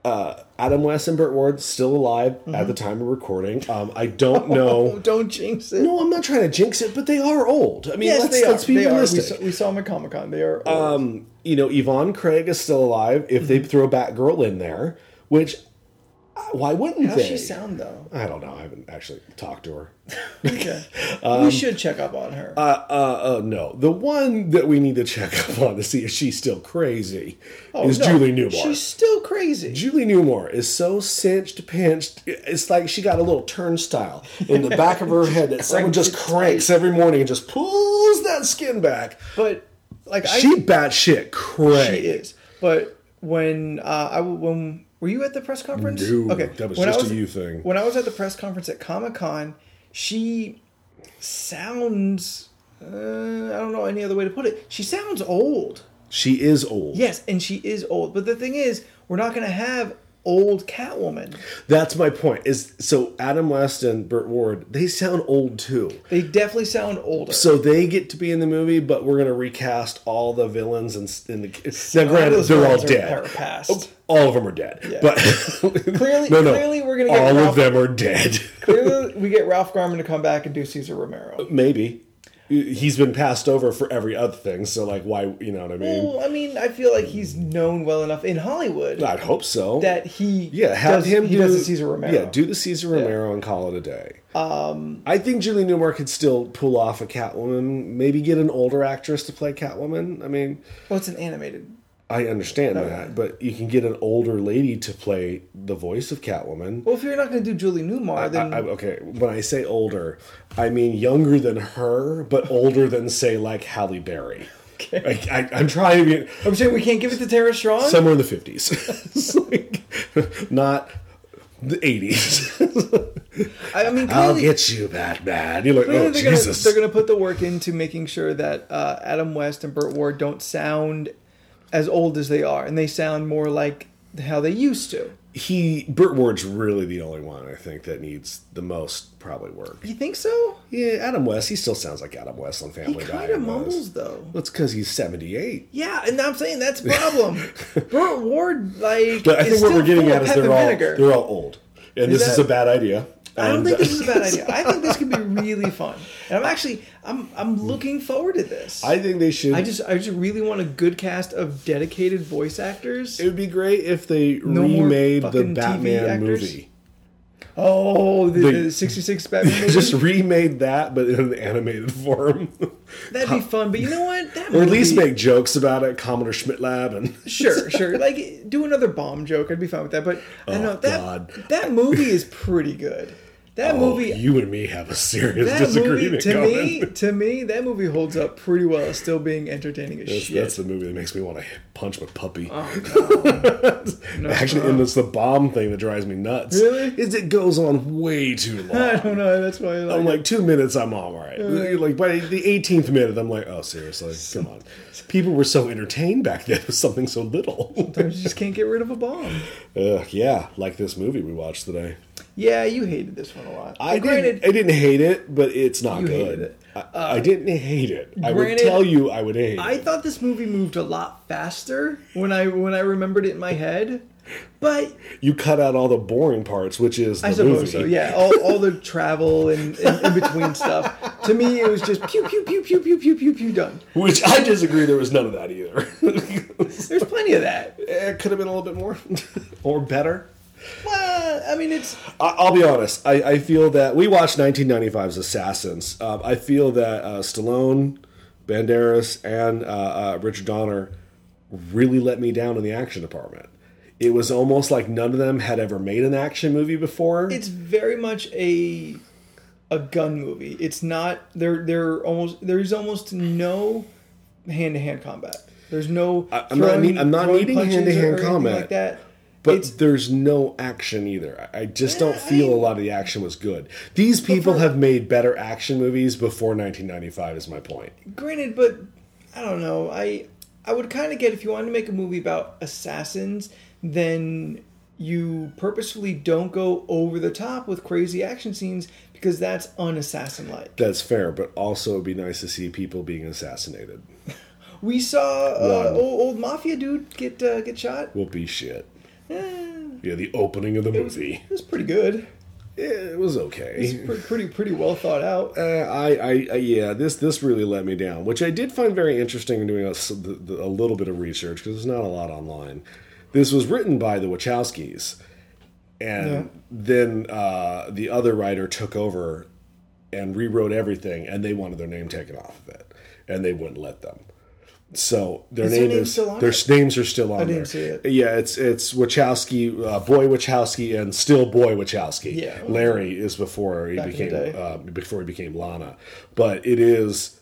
S1: uh, Adam West and Burt Ward still alive at the time of recording. Um, I don't
S2: Mm-hmm. Oh,
S1: know.
S2: don't jinx it.
S1: no, I'm not trying to jinx it, but they are old. I mean,
S2: yes,
S1: let's,
S2: they
S1: let's
S2: are.
S1: be
S2: they are. We
S1: realistic.
S2: saw, we saw them at Comic Con. They are.
S1: Um, you know, Yvonne Craig is still alive. If
S2: Mm-hmm.
S1: they throw Batgirl in there, which uh, why wouldn't
S2: How's
S1: they?
S2: she sound though?
S1: I don't know. I haven't actually talked to her.
S2: Okay.
S1: Um,
S2: we should check up on her.
S1: Uh, uh, uh, no. The one that we need to check up on to see if she's still crazy
S2: Oh,
S1: is
S2: no,
S1: Julie Newmar.
S2: She's still crazy.
S1: Julie Newmar is so cinched, pinched. It's like she got a little turnstile in the back of her head that someone just
S2: cranked it
S1: cranks every morning and just pulls that skin back.
S2: but like I,
S1: She batshit
S2: she
S1: cray.
S2: is. But when uh, I w- when were you at the press conference?
S1: No, that was
S2: I
S1: just a you thing.
S2: When I was at the press conference at Comic Con, she sounds. Uh, I don't know any other way to put it. She sounds old.
S1: She is old.
S2: Yes, and she is old. But the thing is, we're not going to have old Catwoman.
S1: That's my point. Is so Adam West and Burt Ward, they sound old too.
S2: They definitely sound older.
S1: So they get to be in the movie, but we're gonna recast all the villains and in the. now, granted,
S2: those
S1: they're all
S2: villains are-
S1: dead. Oh,
S2: are past.
S1: All of them are dead. But
S2: Clearly- clearly we're gonna get
S1: all
S2: Ralph-
S1: of them are dead.
S2: Clearly, we get Ralph Garman to come back and do Caesar Romero.
S1: Maybe he's been passed over for every other thing. So like, why? You know what I mean?
S2: Well, I mean, I feel like he's known well enough in Hollywood
S1: I'd hope so.
S2: that he
S1: yeah, have
S2: does,
S1: him.
S2: he
S1: do,
S2: does the Caesar Romero.
S1: Yeah, do the Caesar Romero and call it a day. Um, I think Julie Newmar could still pull off a Catwoman. Maybe get an older actress to play Catwoman. I mean,
S2: Well, Oh, it's an animated.
S1: I understand that, but you can get an older lady to play the voice of Catwoman.
S2: Well, if you're not going to do Julie Newmar, then
S1: I, I- okay, when I say older, I mean younger than her, but older than say like Halle Berry. Okay. I, I, I'm trying to be
S2: I'm saying we can't give it to Tara Strong.
S1: somewhere in the 50s, It's like, not the 80s.
S2: I I mean,
S1: I'll
S2: clearly,
S1: get you, Batman. You're like,
S2: clearly
S1: oh
S2: they're going to
S1: Jesus.
S2: they're going to put the work into making sure that uh, Adam West and Burt Ward don't sound as old as they are, and they sound more like how they used to.
S1: he Burt Ward's really the only one I think that needs the most probably work.
S2: You think so?
S1: Yeah, Adam West. He still sounds like Adam West on Family
S2: He
S1: Guy.
S2: kind of
S1: and those.
S2: mumbles though.
S1: Well, it's because he's 78.
S2: Yeah, and I'm saying that's a problem. Burt Ward, like,
S1: But I
S2: is
S1: think what
S2: still
S1: we're getting
S2: full
S1: at
S2: of
S1: is
S2: pep
S1: they're
S2: and
S1: all
S2: vinegar.
S1: they're all old, and
S2: Is
S1: this is
S2: that-
S1: a bad idea.
S2: I don't
S1: And,
S2: think
S1: uh,
S2: this is a bad idea. I think this could be really fun, and I'm actually I'm I'm looking forward to this.
S1: Mm. I think they should.
S2: I just I just really want a good cast of dedicated voice actors.
S1: it would be great if they
S2: No more
S1: remade the
S2: fucking TV
S1: Batman
S2: actors?
S1: movie.
S2: Oh, the,
S1: They-
S2: the 66 Batman movie.
S1: Just remade that, but in an animated form,
S2: That'd be fun, but you know what? That
S1: or at least
S2: movie-
S1: make jokes about it. Commodore Schmidt Lab and
S2: sure, sure. Like do another bomb joke. I'd be fine with that. But I
S1: Oh,
S2: know that
S1: God.
S2: that movie is pretty good. That
S1: Oh,
S2: movie
S1: you and me have a serious
S2: that
S1: disagreement
S2: movie to
S1: going.
S2: me to me that movie holds up pretty well as still being entertaining as
S1: That's,
S2: shit. Oh,
S1: that's the movie that makes me want to punch my puppy.
S2: No,
S1: Actually, and it's the bomb thing that drives me nuts.
S2: Really?
S1: Is it goes on way too
S2: I
S1: long.
S2: don't know. That's why I
S1: I'm
S2: like,
S1: like two minutes, I'm all right. Like by the 18th minute, I'm like, oh seriously, come on. People were so entertained back then with something so little.
S2: sometimes you just can't get rid of a bomb.
S1: Ugh, yeah, like this movie we watched today.
S2: Yeah, you hated this one a lot.
S1: I
S2: And granted,
S1: didn't, I didn't hate it, but it's not
S2: You
S1: good.
S2: hated it.
S1: I, I didn't hate it. I would
S2: granted,
S1: tell you, I would hate.
S2: I
S1: it.
S2: thought this movie moved a lot faster when I when I remembered it in my head. But
S1: You cut out all the boring parts, which is the
S2: I suppose
S1: movie.
S2: so. Yeah, all, all the travel and, and in between stuff. To me, it was just pew pew pew pew pew pew pew pew done.
S1: Which I disagree. There was none of that either.
S2: There's plenty of that.
S1: Eh, it could have been a little bit more or better.
S2: Well, I mean, it's
S1: I- I'll be honest. I, I feel that we watched 1995's Assassins. Um, I feel that uh, Stallone, Banderas, and uh, uh, Richard Donner really let me down in the action department. It was almost like none of them had ever made an action movie before.
S2: it's very much a a gun movie. It's not there. There almost there's almost no hand to hand combat. There's no.
S1: I'm not need- I'm not
S2: throwing
S1: needing
S2: punches or
S1: hand-to-hand
S2: anything
S1: combat,
S2: like that.
S1: but
S2: it's-
S1: there's no action either. I I just don't
S2: Yeah, I
S1: feel a
S2: mean-
S1: lot of the action was good. These people
S2: for-
S1: have made better action movies before 1995. Is my point.
S2: granted, but I don't know. I I would kind of get if you wanted to make a movie about assassins, then you purposefully don't go over the top with crazy action scenes because that's unassassin like.
S1: That's fair, but also it'd be nice to see people being assassinated.
S2: We saw uh,
S1: One.
S2: old, old mafia dude get uh, get shot.
S1: Will be shit.
S2: Eh,
S1: Yeah, the opening of the movie.
S2: it was pretty good.
S1: It was
S2: It's
S1: okay.
S2: pretty, pretty pretty well thought out.
S1: Uh, I, I, I, yeah, this this really let me down, which I did find very interesting in doing a, s- the- the- a little bit of research because there's not a lot online. This was written by the Wachowskis, and then uh, the other writer took over and rewrote everything, and they wanted their name taken off of it, and they wouldn't let them. So their
S2: Is their
S1: name
S2: name
S1: is
S2: still on
S1: their
S2: it?
S1: names are still on.
S2: didn't
S1: there.
S2: see it.
S1: Yeah, it's it's Wachowski, uh, boy Wachowski, and still boy Wachowski.
S2: Yeah.
S1: Larry is before he
S2: Back in the
S1: became
S2: day.
S1: uh, before he became Lana. But it is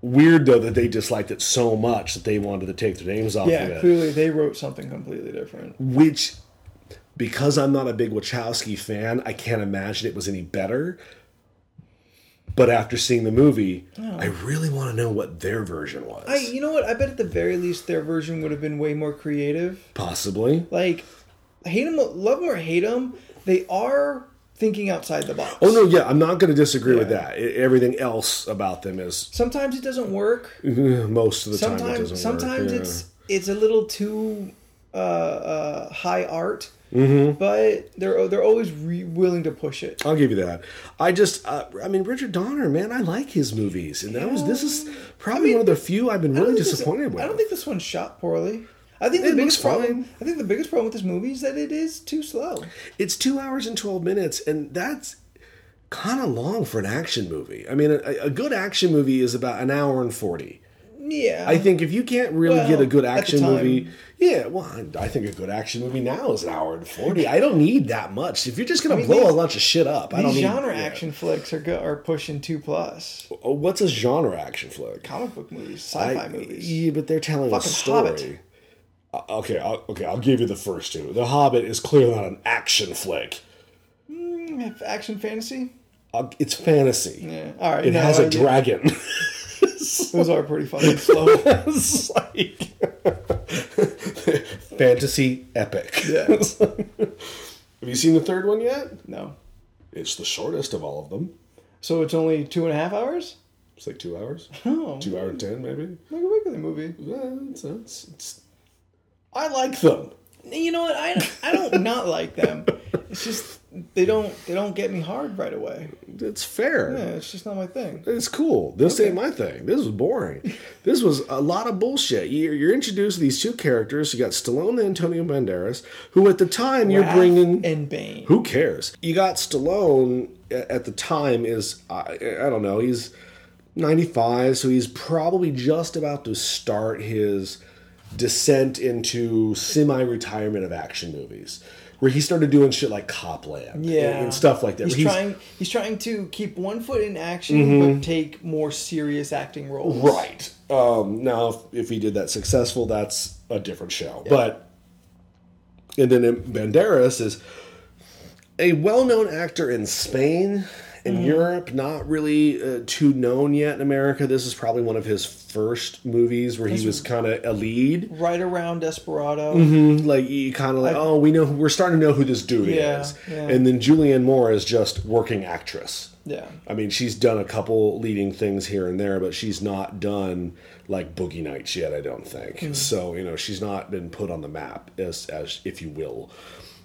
S1: weird though that they disliked it so much that they wanted to take their names off of
S2: Yeah,
S1: it.
S2: clearly they wrote something completely different.
S1: Which, because I'm not a big Wachowski fan, I can't imagine it was any better. But after seeing the movie, I really want to know what their version was.
S2: Oh. I, you know what? I bet at the very least their version would have been way more creative.
S1: Possibly.
S2: like hate them love them or hate them they are thinking outside the box
S1: Oh no, yeah, I'm not going to disagree with
S2: Yeah.
S1: that. I everything else about them is uh,
S2: sometimes it doesn't work
S1: most of the time it doesn't
S2: sometimes
S1: work.
S2: sometimes
S1: yeah.
S2: it's it's a little too uh, uh, high art Mm-hmm. but they're they're always re- willing to push it
S1: I'll give you that. I just, uh, I mean, Richard Donner, man, I like his movies, and that was this is probably one of the few I've been
S2: I don't
S1: really
S2: think this-
S1: disappointed with.
S2: i don't think this one shot poorly I think
S1: It
S2: the
S1: looks
S2: biggest problem.
S1: fine.
S2: I think the biggest problem with this movie is that it is too slow.
S1: it's two hours and twelve minutes, and that's kind of long for an action movie. I mean, a, a good action movie is about an hour and forty.
S2: Yeah,
S1: I think if you can't really
S2: Well,
S1: get a good
S2: at the
S1: action
S2: time.
S1: movie, yeah, well, I, I think a good action movie now is an hour and forty. I don't need that much. If you're just gonna
S2: mean,
S1: blow
S2: these-
S1: a bunch of shit up, I don't
S2: these
S1: need
S2: genre
S1: yeah.
S2: action flicks are go- are pushing two plus
S1: Oh, What's a genre action flick?
S2: comic book movies, sci-fi
S1: I-
S2: movies.
S1: Yeah, but they're telling a
S2: Fucking
S1: story.
S2: Hobbit.
S1: Uh, Okay, I'll, okay, I'll give you the first two. The Hobbit is clearly not an action flick.
S2: Mm, Action fantasy.
S1: Uh, it's fantasy.
S2: Yeah. All right.
S1: It
S2: no,
S1: has
S2: I-
S1: a dragon.
S2: Those are pretty fucking slow.
S1: it's like fantasy epic.
S2: yeah.
S1: Have you seen the third one yet?
S2: No.
S1: It's the shortest of all of them.
S2: So it's only two and a half hours.
S1: It's like two hours,
S2: Oh,
S1: two hour and ten maybe.
S2: like a regular movie.
S1: Yeah, it's, it's, it's, I like them.
S2: you know what? I don't, I don't not like them. It's just they don't they don't get me hard right away.
S1: It's fair.
S2: Yeah, it's just not my thing.
S1: It's cool. This ain't my thing. This was boring. This was a lot of bullshit. You're, you're introduced to these two characters. You got Stallone and Antonio Banderas, who at the time you're
S2: Raph
S1: bringing.
S2: and Bane.
S1: who cares? You got Stallone a- at the time is I, I don't know he's 95, so he's probably just about to start his descent into semi-retirement of action movies, where he started doing shit like Copland, and-
S2: Yeah,
S1: and, stuff like that. where
S2: He's,
S1: he's- Mm-hmm.
S2: trying. He's trying to keep one foot in action, but take more serious acting roles.
S1: Right. Um, now, if, if he did that successful, that's a different show. But, and then Banderas is a well known actor in Spain, in
S2: Mm-hmm.
S1: Europe, not really uh, too known yet in America. This is probably one of his first movies where he was kind of a lead.
S2: Right around Desperado.
S1: Mm-hmm. Like, you kind of like, oh, we know, we're starting to know who this dude
S2: Mm-hmm. Yeah,
S1: is.
S2: yeah.
S1: And then Julianne Moore is just working actress.
S2: Yeah.
S1: I mean, she's done a couple leading things here and there, but she's not done like Boogie Nights yet, I don't think.
S2: Hmm.
S1: So, you know, she's not been put on the map, as, as if you will.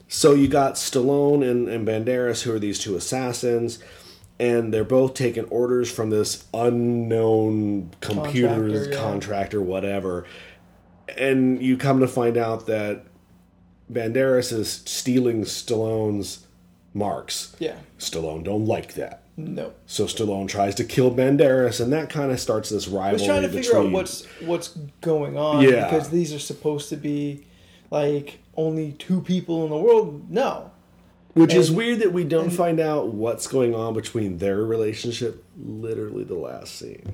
S1: So, you got Stallone and, and Banderas, who are these two assassins, and they're both taking orders from this unknown computers
S2: Contractor, yeah.
S1: contractor whatever. And you come to find out that Banderas is stealing Stallone's marks.
S2: Yeah.
S1: Stallone don't like that.
S2: No.
S1: So Stallone tries to kill Banderas, and that kind of starts this rivalry.
S2: He's trying to figure out
S1: between-
S2: what's what's going on
S1: Yeah.
S2: because these are supposed to be like only two people in the world. No.
S1: which is weird that we don't find out what's going on between their relationship. Literally, the last scene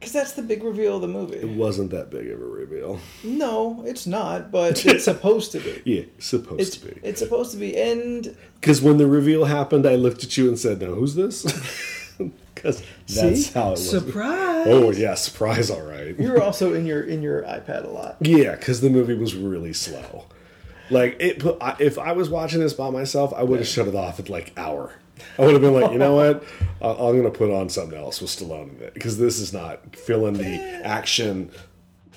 S2: Because that's the big reveal of the movie.
S1: wasn't that big of a reveal.
S2: No, it's not, but it's supposed to be.
S1: Yeah, supposed
S2: It's,
S1: to be.
S2: it's supposed to be. And
S1: Because when the reveal happened, I looked at you and said, "Now who's this?" Because that's
S2: see?
S1: how it was.
S2: Surprise!
S1: Oh yeah, surprise! All right.
S2: You're also in your in your iPad a lot.
S1: Yeah, because the movie was really slow. Like it, put, I, if I was watching this by myself, I would have shut it off at like hour. I would have been like, you know what, I, I'm gonna put on something else with Stallone in it because this is not filling the action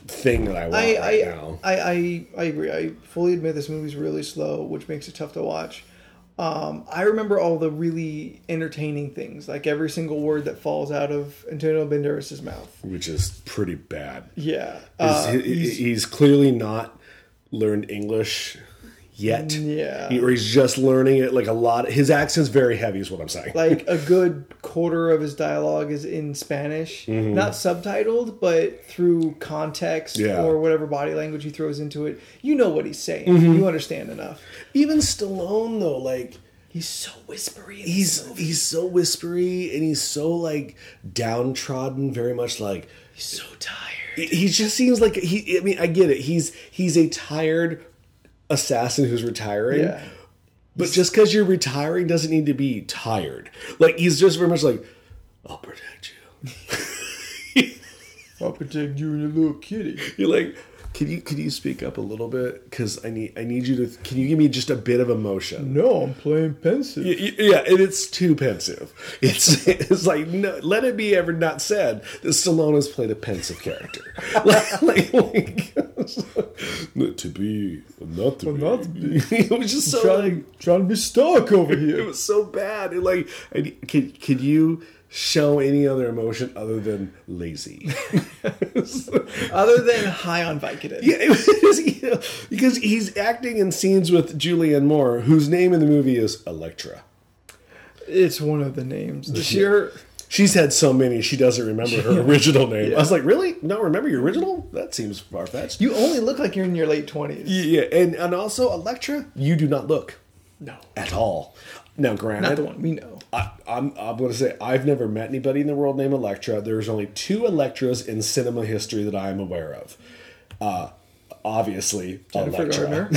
S1: thing that I want
S2: I
S1: right
S2: I,
S1: now.
S2: I I I agree. I fully admit this movie's really slow, which makes it tough to watch. Um, I remember all the really entertaining things, like every single word that falls out of Antonio Banderas' mouth.
S1: Which is pretty bad.
S2: Yeah,
S1: Is
S2: uh,
S1: he- he's, clearly not learned English yet.
S2: Yeah.
S1: He- or he's just learning it. Like a lot, his accent's very heavy, is what I'm saying.
S2: like a good quarter of his dialogue is in Spanish,
S1: Mm-hmm.
S2: not subtitled, but through context
S1: Yeah.
S2: or whatever body language he throws into it. You know what he's saying.
S1: Mm-hmm.
S2: You understand enough.
S1: Even Stallone though, like.
S2: He's so whispery. in this
S1: he's
S2: movie.
S1: he's so whispery and he's so like downtrodden very much like
S2: he's so tired.
S1: he just seems like he i mean i get it he's he's a tired assassin who's retiring
S2: Yeah.
S1: but just because you're retiring doesn't need to be tired like he's just very much like i'll protect you
S2: I'll protect you and your little kitty.
S1: you're like can you can you speak up a little bit because i need i need you to can you give me just a bit of emotion
S2: No, I'm playing pensive.
S1: Y- y- Yeah, and it's too pensive. It's it's like no, let it be ever not said that Stallone has played a pensive character. like, like, like, not to be, not to be.
S2: not to be.
S1: it was just so like,
S2: trying to be stoic over
S1: it
S2: here.
S1: was so bad. It like, and could could you show any other emotion other than lazy?
S2: Other than high on Vicodin.
S1: Yeah, it was, you know, because he's acting in scenes with Julianne Moore, whose name in the movie is Electra.
S2: It's one of the names. The sheer
S1: She's had so many, she doesn't remember her original name. I was like, really? Not remember your original? That seems far fetched.
S2: You only look like you're in your late 20s.
S1: Yeah, and, and also, Electra, you do not look
S2: No.
S1: at all. Now,
S2: Not the
S1: granted,
S2: one we know.
S1: I, I'm, I'm going to say I've never met anybody in the world named Electra. There's only two Electras in cinema history that I am aware of. Uh, obviously,
S2: Jennifer
S1: Electra.
S2: Garner.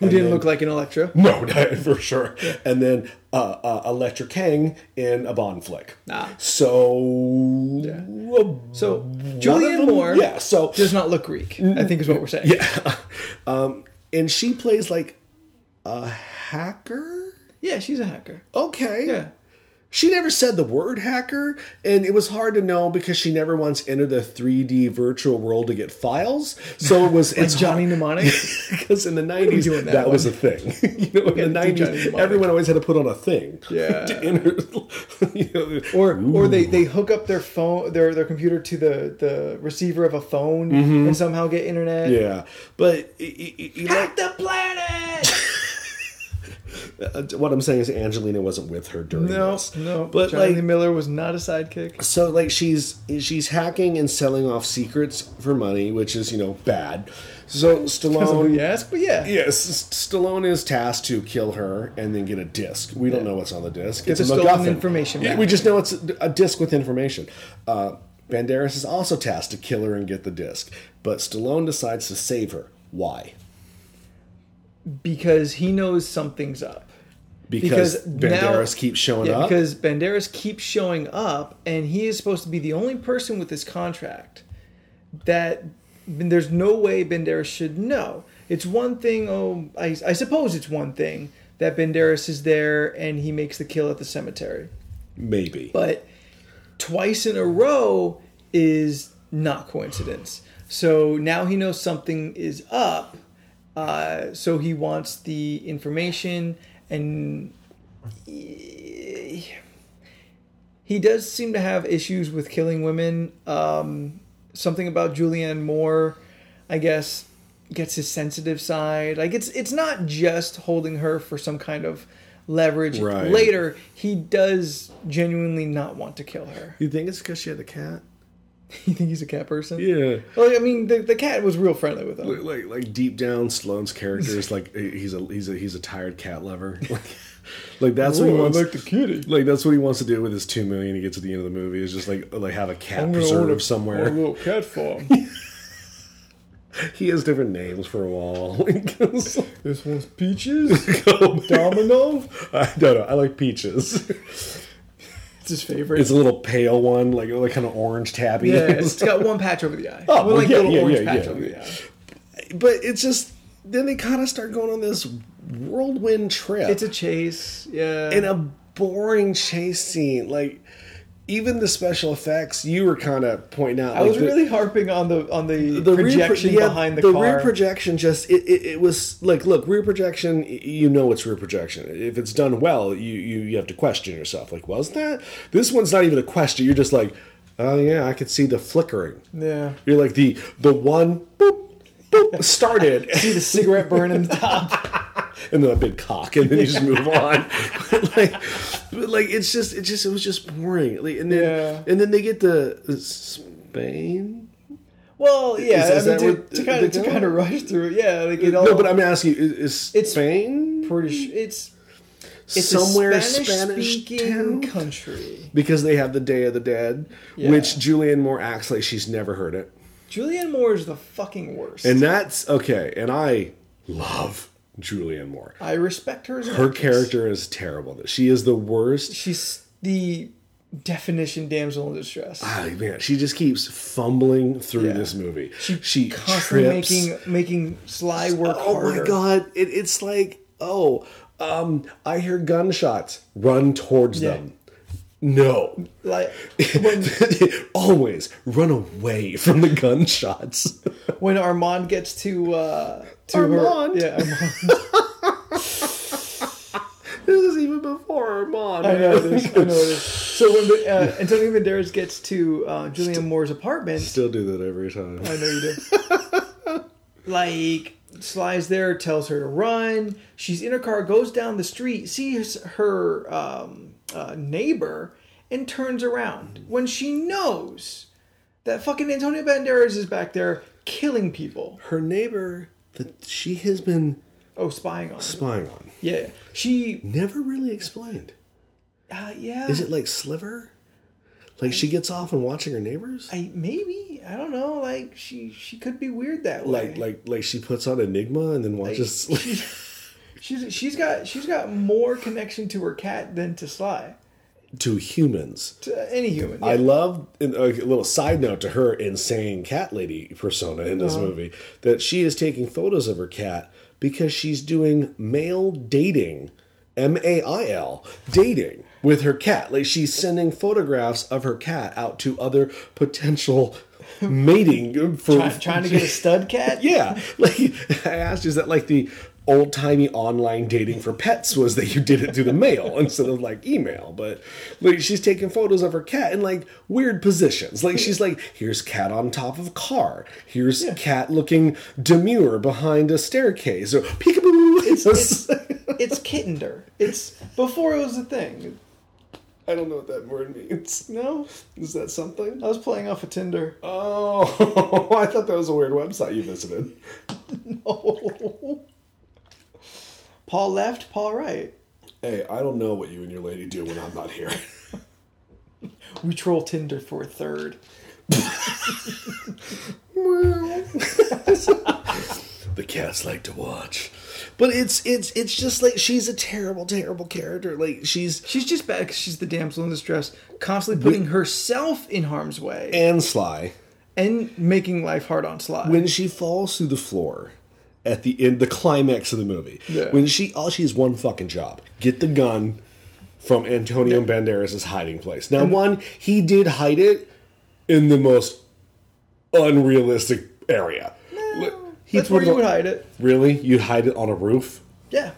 S2: Who didn't look like an Electra.
S1: No, no, for sure. And then uh, uh, Electra Kang in a Bond flick.
S2: Ah.
S1: So,
S2: So,
S1: One of
S2: Julianne
S1: them-
S2: Moore
S1: Yeah, so
S2: does not look Greek, I think is what we're saying.
S1: yeah, um, and she plays like a hacker.
S2: Yeah, she's a hacker.
S1: Okay,
S2: Yeah.
S1: She never said the word hacker, and it was hard to know because she never once entered the 3D virtual world to get files. So it was
S2: Like Johnny Mnemonic.
S1: because in the 90s
S2: doing
S1: that,
S2: that
S1: was a thing. you know, in the
S2: gotta do Johnny
S1: 90s,
S2: Mnemonic.
S1: everyone always had to put on a thing.
S2: Yeah.
S1: to enter, you know,
S2: or or they, they hook up their phone their their computer to the the receiver of a phone and somehow get internet.
S1: yeah, but i- i- i- you like-
S2: Hack the planet.
S1: uh, what I'm saying is Angelina wasn't with her during
S2: no,
S1: this.
S2: no.
S1: But,
S2: But Johnny
S1: like-
S2: Miller was not a sidekick.
S1: So like she's she's hacking and selling off secrets for money, which is you know bad. So
S2: That's who
S1: Stallone
S2: you ask, but Oh, yeah.
S1: Yes, S- Stallone is tasked to kill her and then get a disc. We don't know what's on the disc. It's a
S2: the stolen
S1: MacGuffin.
S2: information
S1: Yeah,
S2: back.
S1: We just know it's a a disc with information. Uh, Banderas is also tasked to kill her and get the disc, but Stallone decides to save her. Why?
S2: Because he knows something's up.
S1: Because,
S2: Because now-
S1: Banderas keeps showing
S2: Yeah,
S1: up.
S2: because Banderas keeps showing up, and he is supposed to be the only person with this contract that there's no way Banderas should know. It's one thing, oh, I, I suppose it's one thing that Banderas is there and he makes the kill at the cemetery,
S1: Maybe.
S2: but twice in a row is not coincidence. So now he knows something is up, uh, so he wants the information and he does seem to have issues with killing women. Um, something about Julianne Moore, I guess, gets his sensitive side. Like it's it's not just holding her for some kind of leverage.
S1: Right.
S2: Later, he does genuinely not want to kill her.
S1: you think it's because she had the cat?
S2: you think he's a cat person?
S1: Yeah.
S2: Well, I mean, the, the cat was real friendly with him.
S1: Like, like deep down, Stallone's character is like he's a he's a he's a tired cat lover. Like, like that's what he wants.
S2: the kitty.
S1: Like that's what he wants to do with his two million. He gets to the end of the movie is just like like have a cat preserve somewhere.
S2: little cat farm.
S1: He has different names for them all. I
S2: this one's peaches. Domino.
S1: don't know. I like peaches.
S2: It's his favorite.
S1: It's a little pale one, like like kind of orange tabby.
S2: yeah, it's got one patch over the eye.
S1: Oh,
S2: Oh, one, like
S1: yeah,
S2: little
S1: yeah,
S2: orange
S1: yeah,
S2: patch
S1: yeah.
S2: over the eye.
S1: but it's just then they kind of start going on this whirlwind trip.
S2: It's a chase. Yeah.
S1: in a boring chase scene. Like even the special effects, you were kind of pointing out.
S2: I was
S1: like, the-
S2: really harping on the on the,
S1: the rear pro-
S2: projection
S1: yeah,
S2: behind the, car.
S1: rear projection just it, it, it was like look rear projection y- you know it's rear projection if it's done well you, you you have to question yourself like was that this one's not even a question you're just like oh yeah i could see the flickering
S2: yeah.
S1: you're like the the one boop, boop, started
S2: See the cigarette burn in the top.
S1: and then a big cock, and then you just move on. like, but like it's just it just it was just boring. Like, and then
S2: Yeah.
S1: and then they get to Spain.
S2: Well, yeah.
S1: Is- is
S2: I
S1: that
S2: mean, to-
S1: what
S2: to
S1: they
S2: kind of to
S1: call it?
S2: kind of rush through. it. Yeah, like it all.
S1: No, but I'm asking you, is, is
S2: It's-
S1: Spain
S2: pretty. sh- It's it's
S1: somewhere
S2: a
S1: Spanish,
S2: Spanish-speaking
S1: town?
S2: country.
S1: Because they have the Day of the Dead,
S2: Yeah.
S1: which Julianne Moore acts like she's never heard it,
S2: Julianne Moore is the fucking worst.
S1: and that's okay. And I love Julianne Moore.
S2: I respect her. As an
S1: Her
S2: actress.
S1: character is terrible. She is the worst
S2: She's the definition damsel in distress.
S1: Ah, man, she just keeps fumbling through
S2: Yeah.
S1: this movie. She,
S2: She
S1: trips.
S2: Constantly making making sly work
S1: oh
S2: harder.
S1: my god! It, it's like oh, um, I hear gunshots. Run towards
S2: Yeah.
S1: them. No,
S2: Like when
S1: always run away from the gunshots.
S2: when Armand gets to uh to
S1: Armand?
S2: her yeah Armand.
S1: this is even before Armand.
S2: I know this I know this so when uh, Antonio Banderas gets to uh, Julianne Moore's apartment
S1: Still do that every time.
S2: I know you do like Sly's there tells her to run she's in her car goes down the street sees her um, uh, neighbor and turns around when she knows that fucking Antonio Banderas is back there killing people
S1: Her neighbor that she has been
S2: oh spying on her.
S1: spying on
S2: yeah she
S1: never really explained.
S2: uh, yeah
S1: Is it like Sliver? Like she gets off on watching her neighbors?
S2: I maybe I don't know. Like she she could be weird that way.
S1: like like like she puts on Enigma and then watches.
S2: she's she's got she's got more connection to her cat than to Sly
S1: to humans.
S2: to any human.
S1: I
S2: yeah.
S1: love and a little side note to her insane cat lady persona in
S2: Uh-huh.
S1: this movie that she is taking photos of her cat because she's doing male dating M A I L, dating with her cat. Like she's sending photographs of her cat out to other potential mating for
S2: Try, trying to get a stud cat.
S1: yeah, like I asked, is that like the old timey online dating for pets was that you did it through the mail instead of like email? But like she's taking photos of her cat in like weird positions. Like she's like, here's cat on top of car. Here's cat looking demure behind a staircase. Or peekaboo.
S2: It's, it's kittender. It's before it was a thing.
S1: I don't know what that word means.
S2: No,
S1: Is that something?
S2: I was playing off of Tinder.
S1: Oh, I thought that was a weird website you visited.
S2: Oh. Paul left, Paul right.
S1: Hey, I don't know what you and your lady do when I'm not here.
S2: We troll Tinder for a third.
S1: the cats like to watch. But it's it's it's just like she's a terrible, terrible character. Like she's
S2: She's just bad because she's the damsel in distress, constantly putting herself in harm's way
S1: and sly.
S2: and making life hard on Sly.
S1: When she falls through the floor at the end, the climax of the movie.
S2: Yeah.
S1: When she all she has one fucking job: get the gun from Antonio Banderas' hiding place. Now, one he did hide it in the most unrealistic area. No,
S2: That's where you would hide it.
S1: Really, you hide it on a roof?
S2: Yeah.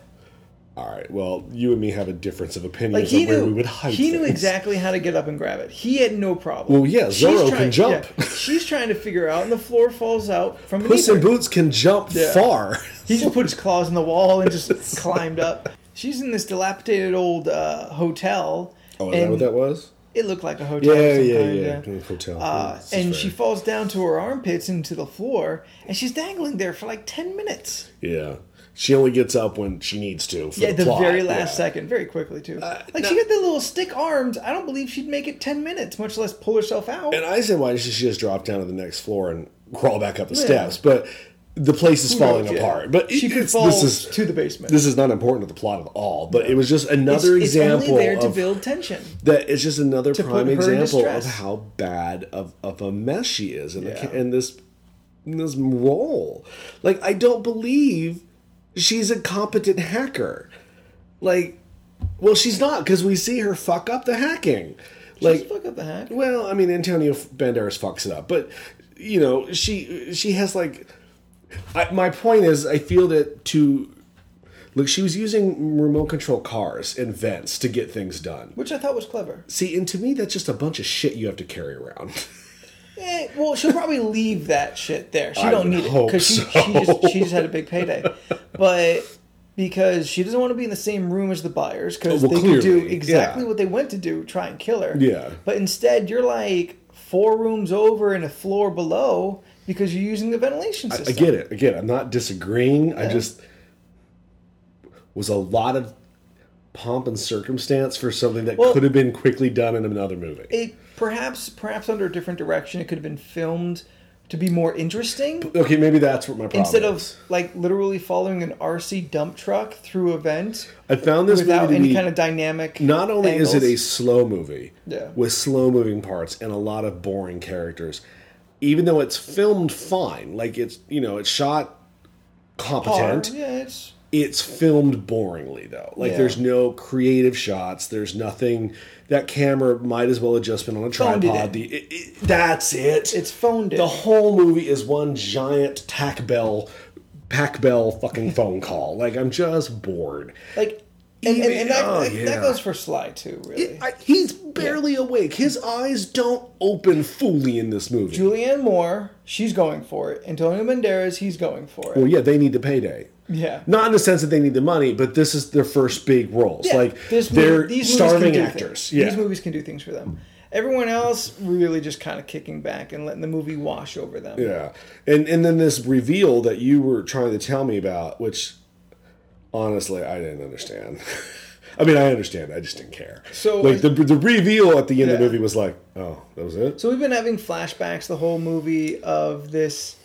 S1: All right. Well, you and me have a difference of opinion
S2: Like he
S1: on where
S2: knew,
S1: we would hide.
S2: he knew
S1: things.
S2: exactly how to get up and grab it. He had no problem.
S1: Well, yeah, Zorro can jump.
S2: yeah, she's trying to figure out, and the floor falls out from
S1: Puss
S2: beneath
S1: in
S2: her.
S1: Boots can jump
S2: Yeah.
S1: far. Oh,
S2: He just put his claws in the wall and just climbed up. She's in this dilapidated old uh, hotel.
S1: Oh, is that what that was?
S2: It looked like a hotel.
S1: Yeah,
S2: of
S1: yeah,
S2: some
S1: yeah. Mm,
S2: kind,
S1: Hotel.
S2: Uh,
S1: This is
S2: and
S1: fair.
S2: she falls down to her armpits into the floor, and she's dangling there for like ten minutes.
S1: Yeah. She only gets up when she needs to. For
S2: Yeah,
S1: the,
S2: the
S1: plot.
S2: very last
S1: Yeah. Uh,
S2: second, very quickly too. like
S1: no-
S2: she got the little stick arms. I don't believe she'd make it ten minutes, much less pull herself out.
S1: And I said, why doesn't she just drop down to the next floor and crawl back up the steps? But the place is falling
S2: knows, yeah.
S1: apart. But
S2: she
S1: it-
S2: could
S1: it's-
S2: fall
S1: This is
S2: to the basement.
S1: this is not important to the plot at all. But it was just another
S2: it's,
S1: example
S2: it's only there to
S1: of
S2: build tension.
S1: that is just another
S2: put
S1: prime
S2: her in
S1: example of
S2: distress.
S1: how bad of, of a mess she is in,
S2: Yeah.
S1: the, in this in this role. Like I don't believe she's a competent hacker. Like, well, she's not because we see her fuck up the hacking.
S2: Like,
S1: Like,
S2: fuck up the hack.
S1: well, I mean, Antonio Banderas fucks it up, but you know, she she has like. I, my point is, I feel that to look, she was using remote control cars and vents to get things done.
S2: Which I thought was clever.
S1: See, and to me, that's just a bunch of shit you have to carry around.
S2: Eh, well, she'll probably leave that shit there. She
S1: I would
S2: don't need it
S1: hope
S2: because she, she,
S1: so.
S2: just, she just had a big payday. But because she doesn't want to be in the same room as the buyers because
S1: Well,
S2: they could do
S1: clearly, yeah.
S2: exactly what they went to do, try and kill her.
S1: Yeah.
S2: But instead, you're like four rooms over and a floor below because you're using the ventilation system.
S1: I get it. Again, I'm not disagreeing. I just was a lot of pomp and circumstance for something that
S2: Well-
S1: could have been quickly done in another movie.
S2: It perhaps perhaps under a different direction, it could have been filmed to be more interesting.
S1: okay, maybe that's what my problem.
S2: instead of
S1: is.
S2: like literally following an RC dump truck through a vent
S1: I found this movie
S2: without
S1: to
S2: any
S1: be-
S2: kind of dynamic.
S1: Not only is it a
S2: angles.
S1: slow movie
S2: Yeah.
S1: with slow moving parts and a lot of boring characters, even though it's filmed fine, like it's you know it's shot
S2: car,
S1: competent.
S2: Oh, yeah, it's
S1: it's filmed boringly though. Like
S2: Yeah.
S1: there's no creative shots. There's nothing. That camera might as well have just been on a
S2: Phoned it in.
S1: tripod. The, it, it, that's it.
S2: it's phoned in.
S1: the whole movie is one giant tack bell, pack bell fucking phone call. Like I'm just bored.
S2: like, and, and, and that,
S1: Oh,
S2: that- that
S1: yeah.
S2: goes for Sly too, really.
S1: I, he's barely awake. His eyes don't open fully in this movie.
S2: Julianne Moore, she's going for it. Antonio Banderas, he's going for it.
S1: well, yeah, they need the payday.
S2: yeah,
S1: Not in the sense that they need the money, but this is their first big roles.
S2: Yeah,
S1: like
S2: this movie-
S1: they're
S2: these movies can
S1: starving
S2: do
S1: actors.
S2: things.
S1: Yeah.
S2: These movies can do things for them. Everyone else really just kind of kicking back and letting the movie wash over them.
S1: Yeah, and and then this reveal that you were trying to tell me about, which honestly I didn't understand. I mean, I understand. I just didn't care.
S2: So-
S1: like the the reveal at the end of the
S2: Yeah.
S1: movie was like, oh, that was it.
S2: So we've been having flashbacks the whole movie of this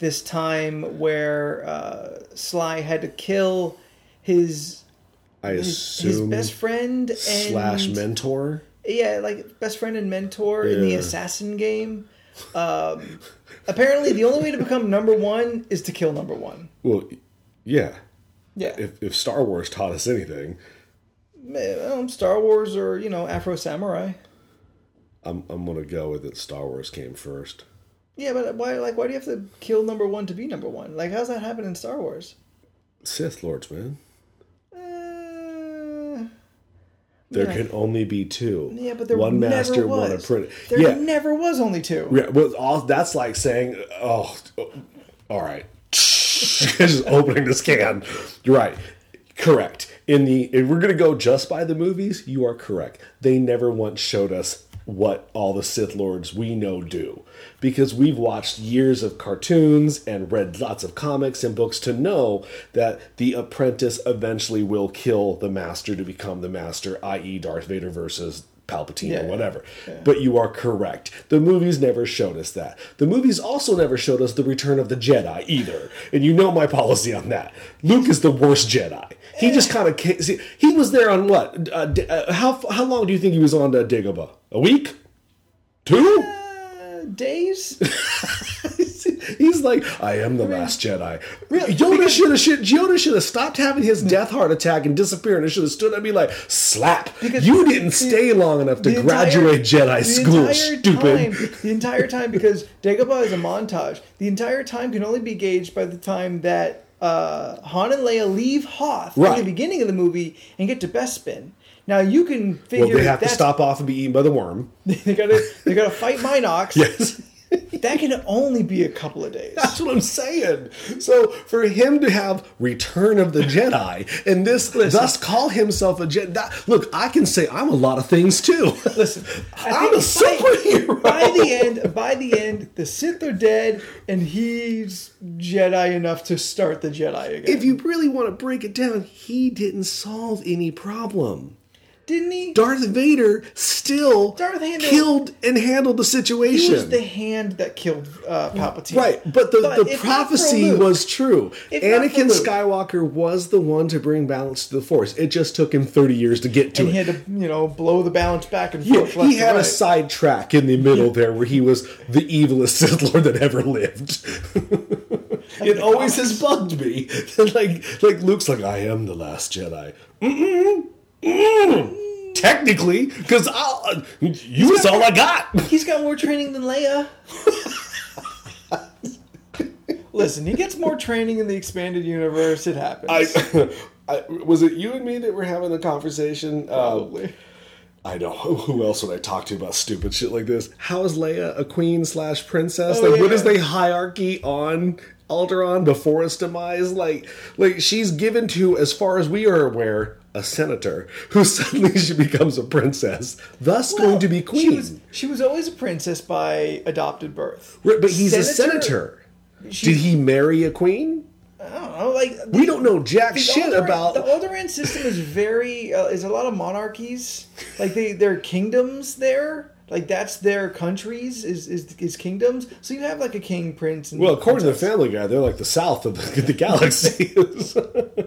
S2: this time where uh, Sly had to kill his
S1: I
S2: his, his
S1: assume
S2: best friend and
S1: slash mentor.
S2: yeah, like best friend and mentor in the
S1: Yeah.
S2: assassin game. Um, apparently, the only way to become number one is to kill number one.
S1: Well, yeah.
S2: Yeah,
S1: If if Star Wars taught us anything,
S2: um, Star Wars or you know Afro Samurai.
S1: I'm I'm gonna go with it. Star Wars came first
S2: Yeah, but why? Like, why do you have to kill number one to be number one? Like, how's that happen in Star Wars?
S1: Sith Lords, man.
S2: Uh,
S1: There
S2: Yeah.
S1: can only be two.
S2: yeah, but there
S1: one
S2: never
S1: master,
S2: was.
S1: one apprentice.
S2: There
S1: yeah,
S2: never was only two.
S1: yeah. Well, all, that's like saying, oh, oh, all right. just opening this can. You're right. Correct. In the if we're gonna go just by the movies, you are correct. They never once showed us what all the Sith Lords we know do. Because we've watched years of cartoons and read lots of comics and books to know that the apprentice eventually will kill the master to become the master, i.e. Darth Vader versus Palpatine or
S2: Yeah.
S1: whatever. But you are correct. The movies never showed us that. The movies also never showed us the return of the Jedi either. And you know my policy on that. Luke is the worst Jedi. He just kind of see, he was there on what? Uh, D- uh, how how long do you think he was on uh, Dagobah? A week? Two?
S2: Uh, days.
S1: He's like, I am the last Jedi. Really? Yoda should have should, Yoda should have stopped having his death heart attack and disappeared, and should have stood up and be like, slap. you didn't stay long enough to
S2: the entire-
S1: graduate Jedi
S2: the
S1: school,
S2: entire
S1: stupid.
S2: Time, the entire time, because Dagobah is a montage. The entire time can only be gauged by the time that uh, Han and Leia leave Hoth
S1: Right.
S2: in the beginning of the movie and get to Bespin. Now you can figure
S1: Well, they have to
S2: that's-
S1: stop off and be eaten by the worm.
S2: They gotta they gotta fight Minox.
S1: Yes.
S2: That can only be a couple of days.
S1: That's what I'm saying. So for him to have Return of the Jedi and this thus call himself a Jedi. that- Look, I can say I'm a lot of things too.
S2: Listen,
S1: I'm a superhero.
S2: By the end, by the end, the Sith are dead, and he's Jedi enough to start the Jedi again.
S1: if you really want to break it down, he didn't solve any problem.
S2: Didn't he?
S1: Darth Vader still
S2: Darth handled-
S1: killed and handled the
S2: It
S1: situation.
S2: was the hand that killed uh, Palpatine.
S1: Right, but the, the
S2: if not for
S1: prophecy
S2: Luke-
S1: was true.
S2: If not for
S1: Anakin
S2: Luke.
S1: Skywalker was the one to bring balance to the Force. It just took him 30 years to get to
S2: And
S1: it.
S2: he had to, you know, blow the balance back and
S1: Yeah,
S2: forth. left
S1: he had
S2: and
S1: a
S2: right.
S1: sidetrack in the middle there where he was the evilest Sith Lord that ever lived. it always has bugged me. like, like Luke's like, I am the last Jedi. Mm-mm, mm, technically, because you was all I got.
S2: He's got more training than Leia. Listen, he gets more training in the expanded universe. It happens.
S1: I, I, was it you and me that were having the conversation? Um,
S2: Probably.
S1: I know. Who who else would I talk to about stupid shit like this? How is Leia a queen slash princess?
S2: Oh,
S1: like, what
S2: yeah.
S1: is the hierarchy on Alderaan before its demise? Like, like she's given to, as far as we are aware, a senator who suddenly she becomes a princess, thus going to be queen.
S2: She was, she was always a princess by adopted birth.
S1: Right, but he's
S2: Senator-
S1: a senator.
S2: She-
S1: Did he marry a queen?
S2: I don't know, like the
S1: We don't know jack shit
S2: Alderaan-
S1: about.
S2: the Alderaan system is very uh, is a lot of monarchies. Like they they're kingdoms there. Like that's their countries is is, is kingdoms. So you have like a king, prince, and
S1: well, according to the Family Guy, they're like the south of the, the galaxy.
S2: But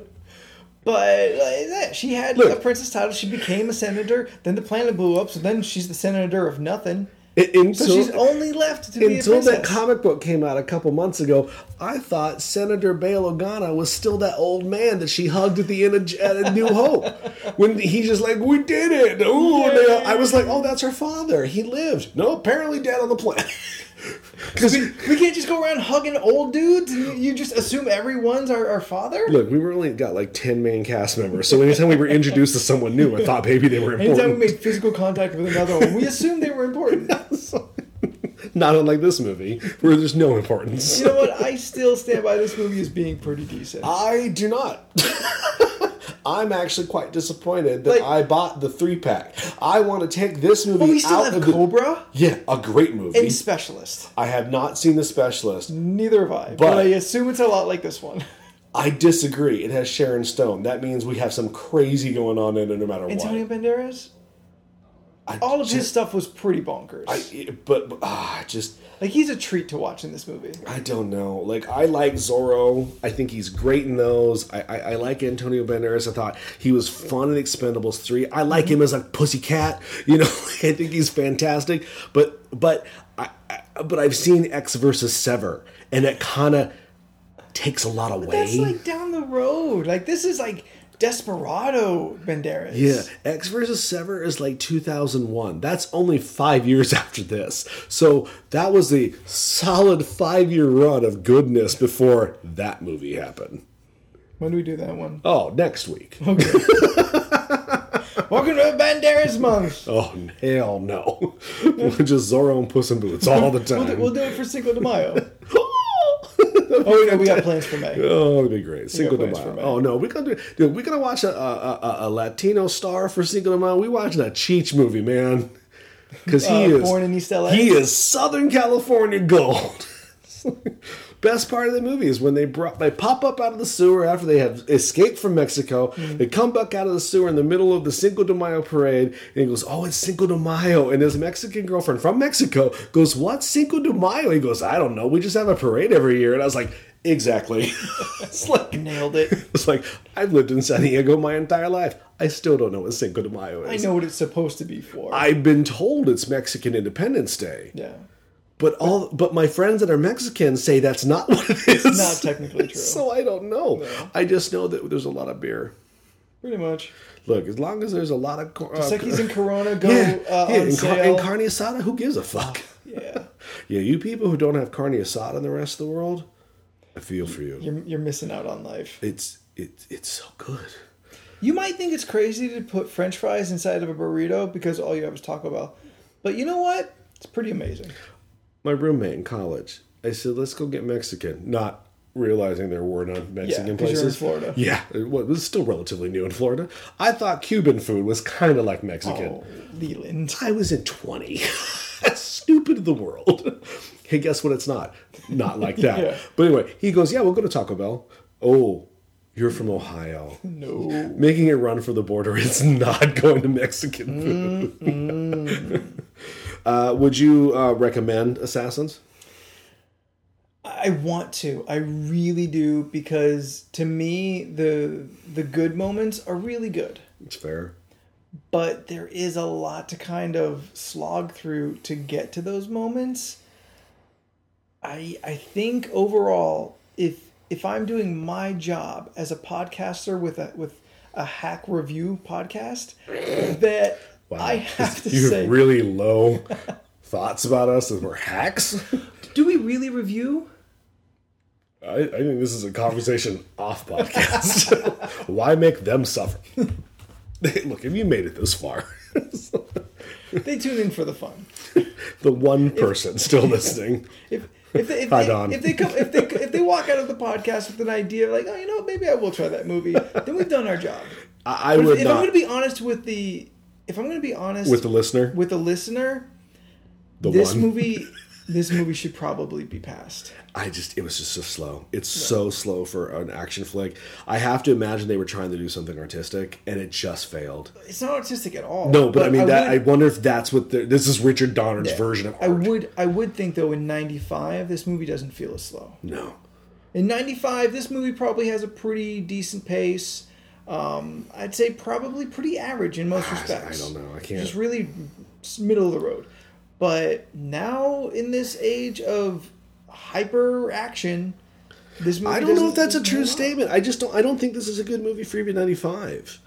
S2: like that, she had
S1: Look.
S2: a princess title. She became a senator. Then the planet blew up. So then she's the senator of nothing.
S1: In-
S2: So, she's only left to be a
S1: Until
S2: princess.
S1: that comic book came out a couple months ago, I thought Senator Bail Organa was still that old man that she hugged at the end of at a New Hope. When he's just like, we did it. Ooh, and they- I was like, oh, that's her father. He lived. No, apparently dead on the planet. 'Cause-
S2: we can't just go around hugging old dudes. And you- you just assume everyone's our, our father.
S1: look, we were only got like 10 main cast members. So anytime we were introduced to someone new, I thought maybe they were
S2: Anytime we
S1: important.
S2: made physical contact with another one, we assumed they were important.
S1: Not unlike this movie, where there's no importance.
S2: You know what? I still stand by this movie as being pretty decent.
S1: I do not. I'm actually quite disappointed that
S2: Like-
S1: I bought the three pack. I want to take this movie
S2: But we still
S1: out
S2: have
S1: of the-
S2: Cobra
S1: yeah, a great movie.
S2: and Specialist.
S1: I have not seen The Specialist.
S2: Neither have I, but,
S1: But-
S2: I assume it's a lot like this one.
S1: I disagree. It has Sharon Stone. That means we have some crazy going on in it, no matter
S2: Antonio
S1: what.
S2: Banderas,
S1: I
S2: all of his
S1: just-
S2: stuff was pretty bonkers.
S1: I, but but, ah, I just
S2: like he's a treat to watch in this movie.
S1: I don't know. Like I like Zorro. I think he's great in those. I, I, I like Antonio Banderas. I thought he was fun in Expendables three. I like him as a pussycat. You know, I think he's fantastic. But but I, I but I've seen X versus Sever, and it kind of takes a lot away.
S2: That's like down the road. Like this is like Desperado Banderas.
S1: Yeah, X versus Sever is like 2001. That's only five years after this. So that was the solid five year run of goodness before that movie happened.
S2: When do we do that one?
S1: Oh, next week.
S2: Welcome to Banderas Month.
S1: Oh, hell no. We're just Zorro and Puss in Boots all the
S2: We'll do,
S1: time.
S2: we'll do it for Cinco de Mayo. Oh, wait, no, we got plans for May.
S1: Oh, it'd be great. Cinco de
S2: plans for
S1: Mayo.
S2: May.
S1: Oh, no. We're going to do, dude, we're going to watch a, a, a, a Latino star for Cinco de Mayo. we watching a Cheech movie, man. Because he
S2: Uh,
S1: is.
S2: born in East LA.
S1: He is Southern California gold. Best part of the movie is when they brought they pop up out of the sewer after they have escaped from Mexico.
S2: Mm-hmm.
S1: They come back out of the sewer in the middle of the Cinco de Mayo parade, and he goes, "Oh, it's Cinco de Mayo." And his Mexican girlfriend from Mexico goes, "What Cinco de Mayo?" He goes, "I don't know. We just have a parade every year." And I was like, "Exactly." it's like
S2: Nailed it.
S1: it's like I've lived in San Diego my entire life. I still don't know what Cinco de Mayo
S2: I
S1: is.
S2: know what it's supposed to be for.
S1: I've been told it's Mexican Independence Day.
S2: yeah.
S1: But all but my friends that are Mexican say that's not what it is.
S2: Not technically true.
S1: So I don't know. I just know that there's a lot of beer.
S2: Pretty much.
S1: Look, as long as there's a lot of cor-
S2: It's like he's in Corona Go
S1: Uh, yeah,
S2: uh,
S1: yeah,
S2: on
S1: and, car-
S2: sale.
S1: and carne asada. Who gives a fuck?
S2: yeah.
S1: Yeah, you people who don't have carne asada in the rest of the world, I feel for you.
S2: You're, you're missing out on life.
S1: It's it, it's so good.
S2: You might think it's crazy to put french fries inside of a burrito because all you have is Taco Bell. But you know what? It's pretty amazing.
S1: My roommate in college, I said, "Let's go get Mexican." Not realizing there were no Mexican
S2: 'cause
S1: places.
S2: you're in Florida.
S1: Yeah, it was it was still relatively new in Florida. I thought Cuban food was kind of like Mexican.
S2: Oh, Leland.
S1: I was in 20. Stupid of the world. Hey, guess what? It's not. Not like that.
S2: Yeah.
S1: But anyway, he goes, Yeah, we'll go to Taco Bell. Oh, you're from Ohio.
S2: No.
S1: Making a run for the border is not going to Mexican food.
S2: Mm-hmm.
S1: uh, would you uh, recommend Assassins?
S2: I want to. I really do because to me the the good moments are really good.
S1: It's fair.
S2: but there is a lot to kind of slog through to get to those moments. I I think overall, if if I'm doing my job as a podcaster with a with a hack review podcast, that I have to
S1: you have
S2: say,
S1: really low thoughts about us as we're hacks?
S2: do we really review?
S1: I, I think this is a conversation off podcast. Why make them suffer? Look, if you made it this far,
S2: They tune in for the fun.
S1: the one person still listening,
S2: If if they, if,
S1: Hi,
S2: they,
S1: Don.
S2: if they come if they if they walk out of the podcast with an idea like oh you know what, maybe I will try that movie then we've done our job.
S1: I, I
S2: But
S1: would
S2: if, if I'm
S1: not.
S2: going to be honest with the, if I'm going to be honest
S1: with the listener,
S2: with the listener,
S1: the
S2: this
S1: one.
S2: movie, this movie should probably be passed.
S1: I just, it was just so slow. It's so slow for an action flick. I have to imagine they were trying to do something artistic, and it just failed.
S2: It's not artistic at all.
S1: No, but, I mean that. I
S2: Would,
S1: wonder if that's what the, this is. Richard Donner's version of
S2: I
S1: art.
S2: would, I would think though in '95 this movie doesn't feel as slow.
S1: no,
S2: In '95 this movie probably has a pretty decent pace. Um, I'd say probably pretty average in most respects.
S1: don't know. Ah, I can't-
S2: Just really s- middle of the road. But now in this age of hyper action, this movie
S1: I don't know
S2: doesn't-
S1: if that's a true
S2: doesn't work.
S1: statement. I just don't. I don't think this is a good movie for even ninety five.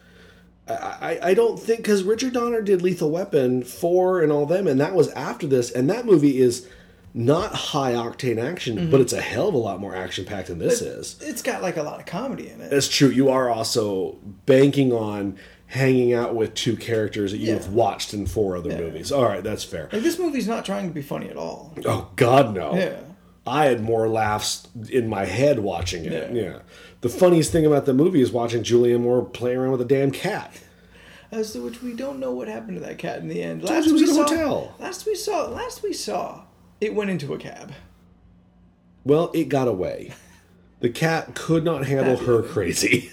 S1: I, I, I don't think because Richard Donner did Lethal Weapon four and all them, and that was after this, and that movie is not high octane action,
S2: Mm-hmm.
S1: but it's a hell of a lot more action packed than this is.
S2: It's got like a lot of comedy in it.
S1: That's true. You are also banking on hanging out with two characters that you have
S2: Yeah.
S1: watched in four other movies. All right, that's fair.
S2: Like this movie's not trying to be funny at all.
S1: Oh God, no!
S2: Yeah.
S1: I had more laughs in my head watching it. Yeah.
S2: Yeah.
S1: the funniest thing about the movie is watching Julianne Moore play around with a damn cat.
S2: As to which we don't know what happened to that cat in the end. Last
S1: it was
S2: we
S1: in a
S2: saw,
S1: hotel.
S2: last we saw, last we saw, it went into a cab.
S1: Well, it got away. The cat could not handle her crazy.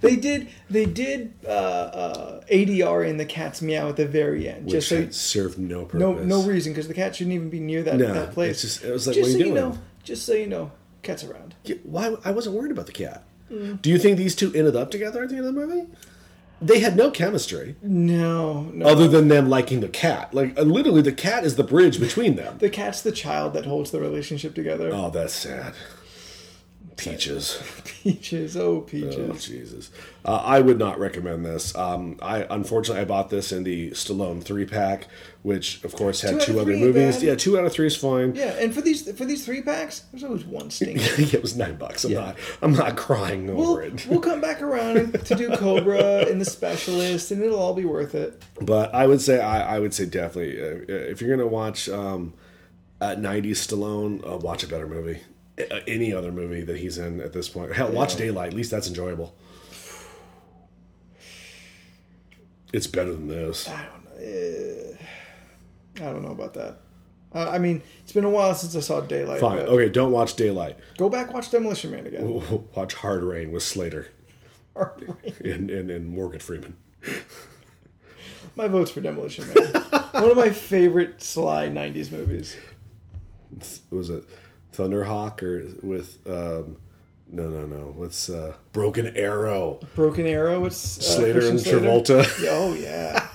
S2: They did, they did uh, uh, ADR in the cat's meow at the very end, just so
S1: Which served no purpose.
S2: no no reason because the cat shouldn't even be near that,
S1: No,
S2: that place.
S1: it's just- it was like,
S2: just
S1: what are
S2: so
S1: you
S2: you
S1: doing?
S2: know, just so you know, cat's around.
S1: Yeah, Why? I wasn't worried about the cat. Do you think these two ended up together at the end of the movie? They had no chemistry
S2: No, no.
S1: other than them liking the cat. Like uh, literally, the cat is the bridge between them.
S2: the cat's the child that holds the relationship together.
S1: Oh, that's sad. Peaches.
S2: Peaches, oh
S1: Oh,
S2: peaches.
S1: Jesus. Uh, I would not recommend this. Um, I unfortunately I bought this in the Stallone three pack, which of course
S2: Two
S1: had
S2: out of
S1: two other
S2: three,
S1: movies.
S2: man.
S1: Yeah, two out of three is fine.
S2: Yeah, and for these for these three packs, there's always one stinker.
S1: it was nine bucks. I'm not. I'm not crying over
S2: we'll,
S1: it.
S2: we'll come back around and- to do Cobra and the Specialist, and it'll all be worth it.
S1: But I would say I, I would say definitely uh, if you're gonna watch um, uh, '90s Stallone, uh, watch a better movie. Uh, Any other movie that he's in at this point. Hell, watch Daylight. At least that's enjoyable. It's better than this.
S2: I don't know. eh, I don't know about that. Uh, I mean, it's been a while since I saw Daylight.
S1: Fine.
S2: but
S1: Okay, don't watch Daylight.
S2: Go back, watch Demolition Man again.
S1: Watch Hard Rain with Slater and, and, and Morgan Freeman.
S2: my vote's for Demolition Man. One of my favorite sly '90s movies.
S1: Was it Thunderhawk or with um, no no no? What's uh, Broken Arrow?
S2: Broken Arrow. It's uh,
S1: Slater
S2: Christian
S1: and Travolta.
S2: Yeah, oh yeah.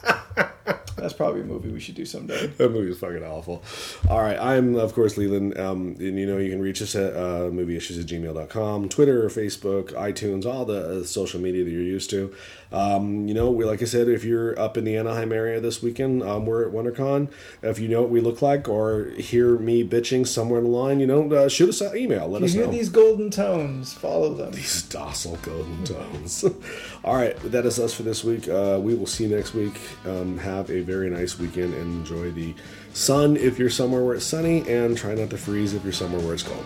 S2: That's probably a movie we should do someday.
S1: That movie is fucking awful. All right, I'm, of course, Leland. Um, and you know, you can reach us at uh, movieissues at gmail.com, Twitter, Facebook, iTunes, all the uh, social media that you're used to. Um, you know, we like I said, if you're up in the Anaheim area this weekend, um, we're at WonderCon. If you know what we look like or hear me bitching somewhere in the line, you know, uh, shoot us an email. Let
S2: You
S1: us
S2: hear
S1: know.
S2: these golden tones? Follow them.
S1: These docile golden tones. all right, that is us for this week. Uh, we will see you next week. Um, have a very nice weekend and enjoy the sun if you're somewhere where it's sunny, and try not to freeze if you're somewhere where it's cold.